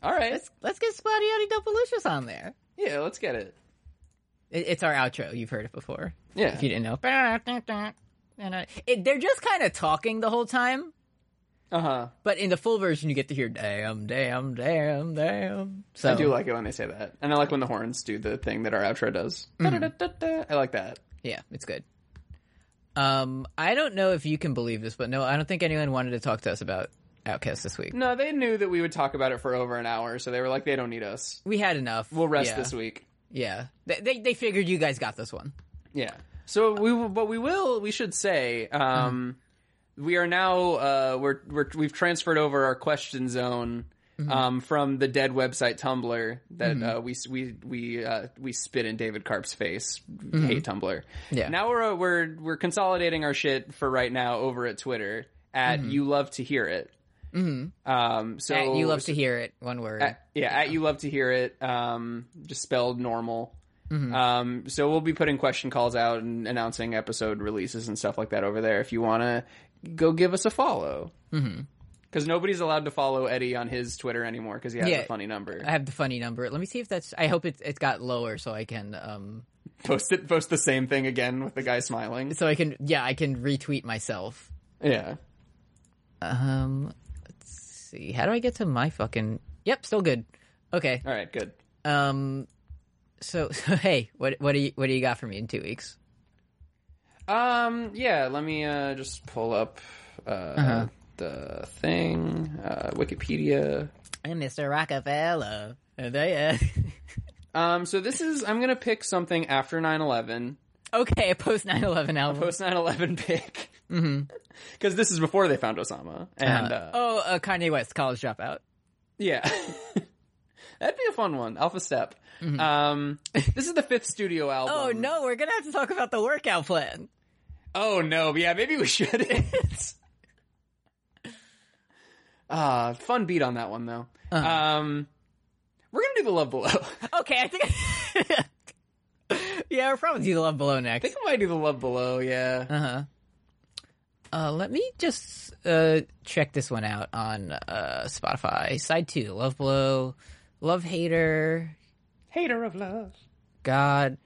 All right, Let's let's get Spotty Delicious on there. yeah, let's get it. It, it's our outro. You've heard it before. Yeah, if you didn't know. And I- it, they're just kind of talking the whole time, uh huh. but in the full version, you get to hear "damn, damn, damn, damn." So I do like it when they say that, and I like when the horns do the thing that our outro does. Da-da-da-da-da. I like that. yeah, it's good. Um, I don't know if you can believe this, but no, I don't think anyone wanted to talk to us about Outcast this week. No, they knew that we would talk about it for over an hour, so they were like, "They don't need us. We had enough. We'll rest yeah. this week." Yeah, they, they they figured you guys got this one. Yeah. So we, will- but we will. We should say um, we are now uh, we're, we're we've transferred over our question zone Mm-hmm. um, from the dead website Tumblr that uh, we we we uh, we spit in David Karp's face. Hey Tumblr. Mm-hmm. Yeah. Now we're uh, we're we're consolidating our shit for right now over at Twitter at you love to hear it. Mm-hmm. Um. So Mm-hmm. At you love to hear it. One word. at- yeah, at you love to hear it. Um, just spelled normal. Um, so we'll be putting question calls out and announcing episode releases and stuff like that over there. If you want to go give us a follow, because nobody's allowed to follow Eddie on his Twitter anymore because he has Yeah. a funny number. I have the funny number. Let me see if that's. I hope it it got lower so I can um post it, post the same thing again with the guy smiling. so I can yeah I can retweet myself. Yeah, Um, let's see. How do I get to my fucking? Yep, still good. Okay. all right, good. Um, so, so hey, what what do you what do you got for me in two weeks? Um, yeah, let me uh, just pull up uh, the thing, uh, Wikipedia. And Mr. Rockefeller. And they, uh, Um, so this is I'm gonna pick something after 9 11. okay, a post 9-11 album. post 9-11 pick Mm-hmm. because this is before they found osama and uh, oh, uh, Kanye West, college dropout. yeah that'd be a fun one alpha step um, this is the fifth studio album Mm-hmm. Oh no, we're gonna have to talk about the workout plan. oh no yeah maybe we should uh, fun beat on that one though Uh-huh. um, we're gonna do the love below i think Okay, I think. yeah, we'll probably do the love below next. we might do the love below yeah Uh-huh. Uh Let me just uh check this one out on uh Spotify. Side two, Love Blow, Love Hater, hater of love God.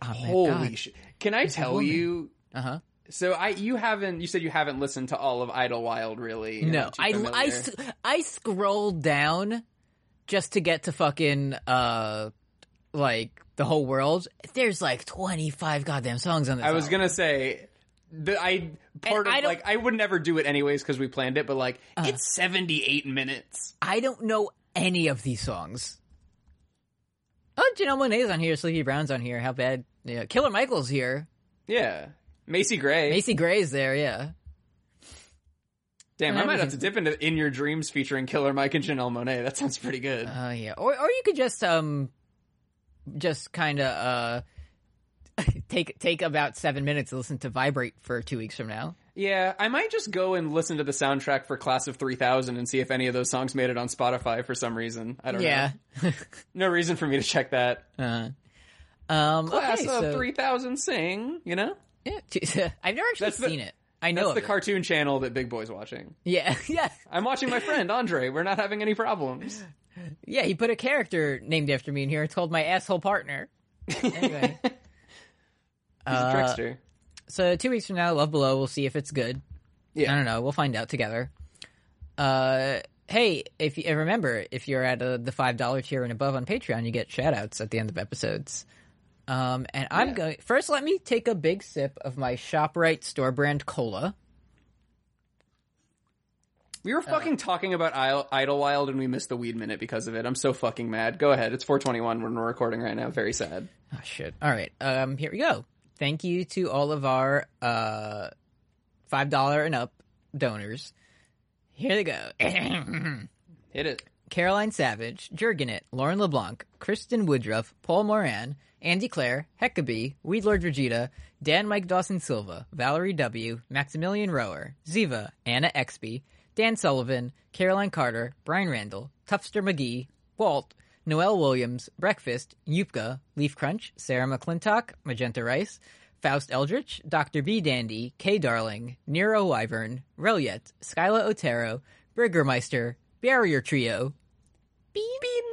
Oh, my holy God. shit can i tell you Uh-huh. so I you haven't you said you haven't listened to all of Idlewild really? You're No, not too I, I, familiar. s- I scrolled down just to get to fucking uh like the whole world. There's like 25 goddamn songs on this. I was album. gonna say the I And part of I don't- Uh-huh. like I would never do it anyways because we planned it, but like it's seventy eight minutes. I don't know any of these songs. Oh, Janelle Monae's on here, Sleepy Brown's on here. How bad? Yeah, Killer Michael's here. Yeah, Macy Gray. Macy Gray's there, yeah. Damn, I might have to everything. dip into "In Your Dreams" featuring Killer Mike and Janelle Monet. That sounds pretty good. Oh yeah. Or or you could just um just kinda uh take take about seven minutes to listen to Vibrate for two weeks from now. Yeah, I might just go and listen to the soundtrack for Class of 3000 and see if any of those songs made it on Spotify for some reason. I don't Yeah. know. No reason for me to check that. Uh, Um, Class okay, of so- 3000 sing, you know? Yeah, t- I've never actually That's the- seen it. I know That's of the it. cartoon channel that Big Boy's watching. Yeah, yeah, I'm watching my friend Andre. We're not having any problems. yeah. He put a character named after me in here. It's called my asshole partner. Anyway, He's Uh, a trickster. so two weeks from now, Love Below. We'll see if it's good. Yeah. I don't know. We'll find out together. Uh, hey, if you, and remember, if you're at uh, the five dollar tier and above on Patreon, you get shout outs at the end of episodes. Um, and I'm Yeah. going first. Let me take a big sip of my Shoprite store brand cola. We were fucking talking about Idle- Idlewild and we missed the weed minute because of it. I'm so fucking mad. Go ahead. It's 421 when we're recording right now. Very sad. Oh shit. All right. Um here we go. Thank you to all of our uh five dollar and up donors. Here they go. Hit it. Caroline Savage, Jurgenit, Lauren LeBlanc, Kristen Woodruff, Paul Moran, Andy Clare, Heckabee, Weed Lord Vegeta, Dan Mike Dawson Silva, Valerie W., Maximilian Rower, Ziva, Anna Exby, Dan Sullivan, Caroline Carter, Brian Randall, Tufster McGee, Walt, Noel Williams, Breakfast, Yupka, Leaf Crunch, Sarah McClintock, Magenta Rice, Faust Eldritch, Dr. B. Dandy, K. Darling, Nero Wyvern, Reliet, Skyla Otero, Burgermeister, Barrier Trio, Bean,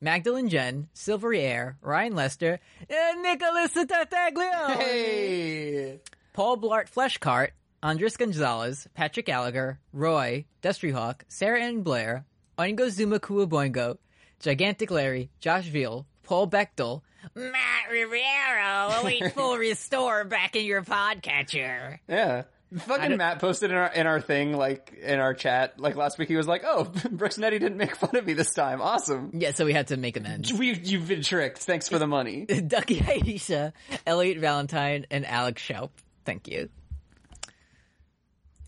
Magdalene Jen, Silvery Air, Ryan Lester, and Nicholas Tartaglio, Hey. Paul Blart Fleshcart, Andres Gonzalez, Patrick Gallagher, Roy, Dustryhawk, Sarah Ann Blair, Oingo Zuma Kuaboingo, Gigantic Larry, Josh Veal, Paul Bechtel, Matt Riviero, await full restore back in your podcatcher. Yeah. Fucking Matt posted in our in our thing, like in our chat, like last week. He was like, "Oh, Brooks Netty didn't make fun of me this time. Awesome. Yeah, so we had to make amends. We you've been tricked. Thanks for the money." Ducky Aisha, Elliot Valentine, and Alex Shelp. Thank you.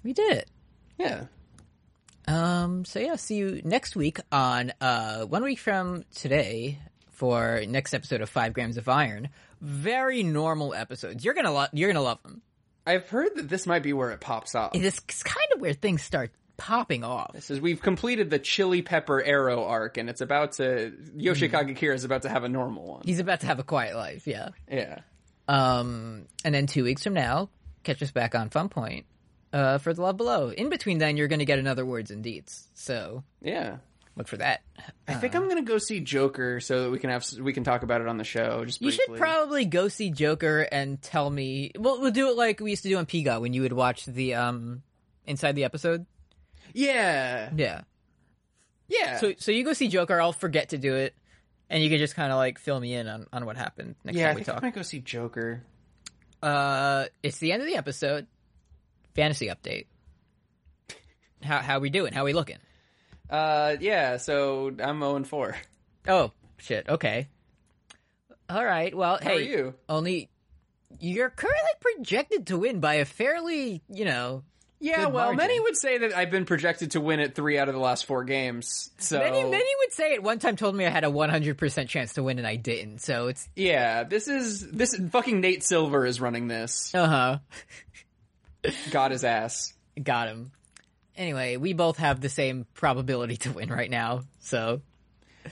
We did it. Yeah. Um, so yeah, see you next week on uh one week from today for next episode of Five Grams of Iron. Very normal episodes. You're gonna lo- you're gonna love them. I've heard that this might be where it pops off. This is kind of where things start popping off. This is we've completed the Chili Pepper Arrow arc, and it's about to Yoshikage Kira is about to have a normal one. He's about to have a quiet life, yeah. Yeah. Um, and then two weeks from now, catch us back on Fun Point uh, for the Love Below. In between then, you're gonna get another Words and Deeds. So Yeah. look for that. I Uh-huh. think I'm gonna go see Joker so that we can have we can talk about it on the show. Just You should briefly. probably go see Joker and tell me. Well, we'll do it like we used to do on Piga when you would watch the um inside the episode. yeah Yeah. yeah. So so you go see Joker. I'll forget to do it, and you can just kind of like fill me in on on what happened next yeah, I time we think I talk. might go see Joker. Uh, it's the end of the episode. Fantasy update. How how we doing? How we looking? Uh, yeah. So I'm zero and four. Oh shit. Okay. All right. Well, hey, are you? only you're currently projected to win by a fairly you know Yeah, Good well, margin. many would say that I've been projected to win at three out of the last four games. So Many, many would say at one time told me I had a 100% chance to win and I didn't. So it's, yeah, this is this fucking Nate Silver is running this. uh huh. Got his ass. Got him. Anyway, we both have the same probability to win right now. So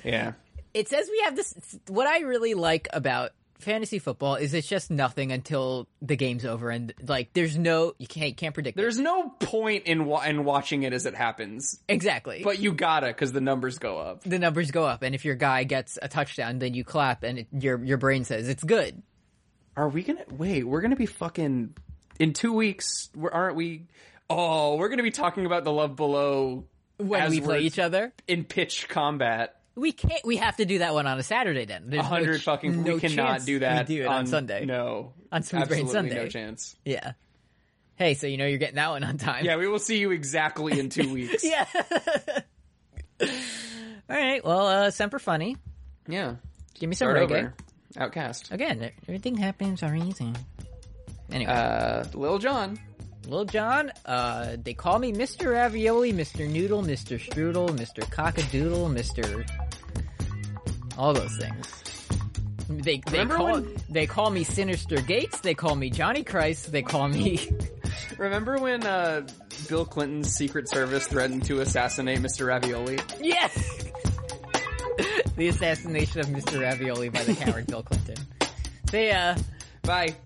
Yeah, it says we have this. What I really like about fantasy football is it's just nothing until the game's over and like there's no, you can't, can't predict it. there's no point in wa- in watching it as it happens, Exactly. but you gotta because the numbers go up. the numbers go up and if your guy gets a touchdown, then you clap and it, your, your brain says it's good. Are we gonna wait? We're gonna be fucking in two weeks. We're, aren't we? Oh, we're gonna be talking about the Love Below When as we play we're each other, in pitch combat. we can't. We have to do that one on a Saturday. Then There's A no hundred ch- fucking. no we cannot chance do that. We do it on, Sunday. No, On Smooth Brain Absolutely Sunday. no chance. Yeah. Hey, so you know you're getting that one on time. Yeah, we will see you exactly in two weeks. Yeah. All right. Well, uh, Semper Funny. yeah. Give me some Start reggae. over. Outcast. Again, everything happens for a reason. Anyway, Uh, Lil John. Lil John, uh, they call me Mr. Ravioli, Mr. Noodle, Mr. Strudel, Mr. Cockadoodle, Mr. All those things. They they Remember call when- they call me Sinister Gates. They call me Johnny Christ. They call me Remember when uh, Bill Clinton's Secret Service threatened to assassinate Mr. Ravioli? yes. the assassination of Mr. Ravioli by the coward Bill Clinton. They uh. Bye.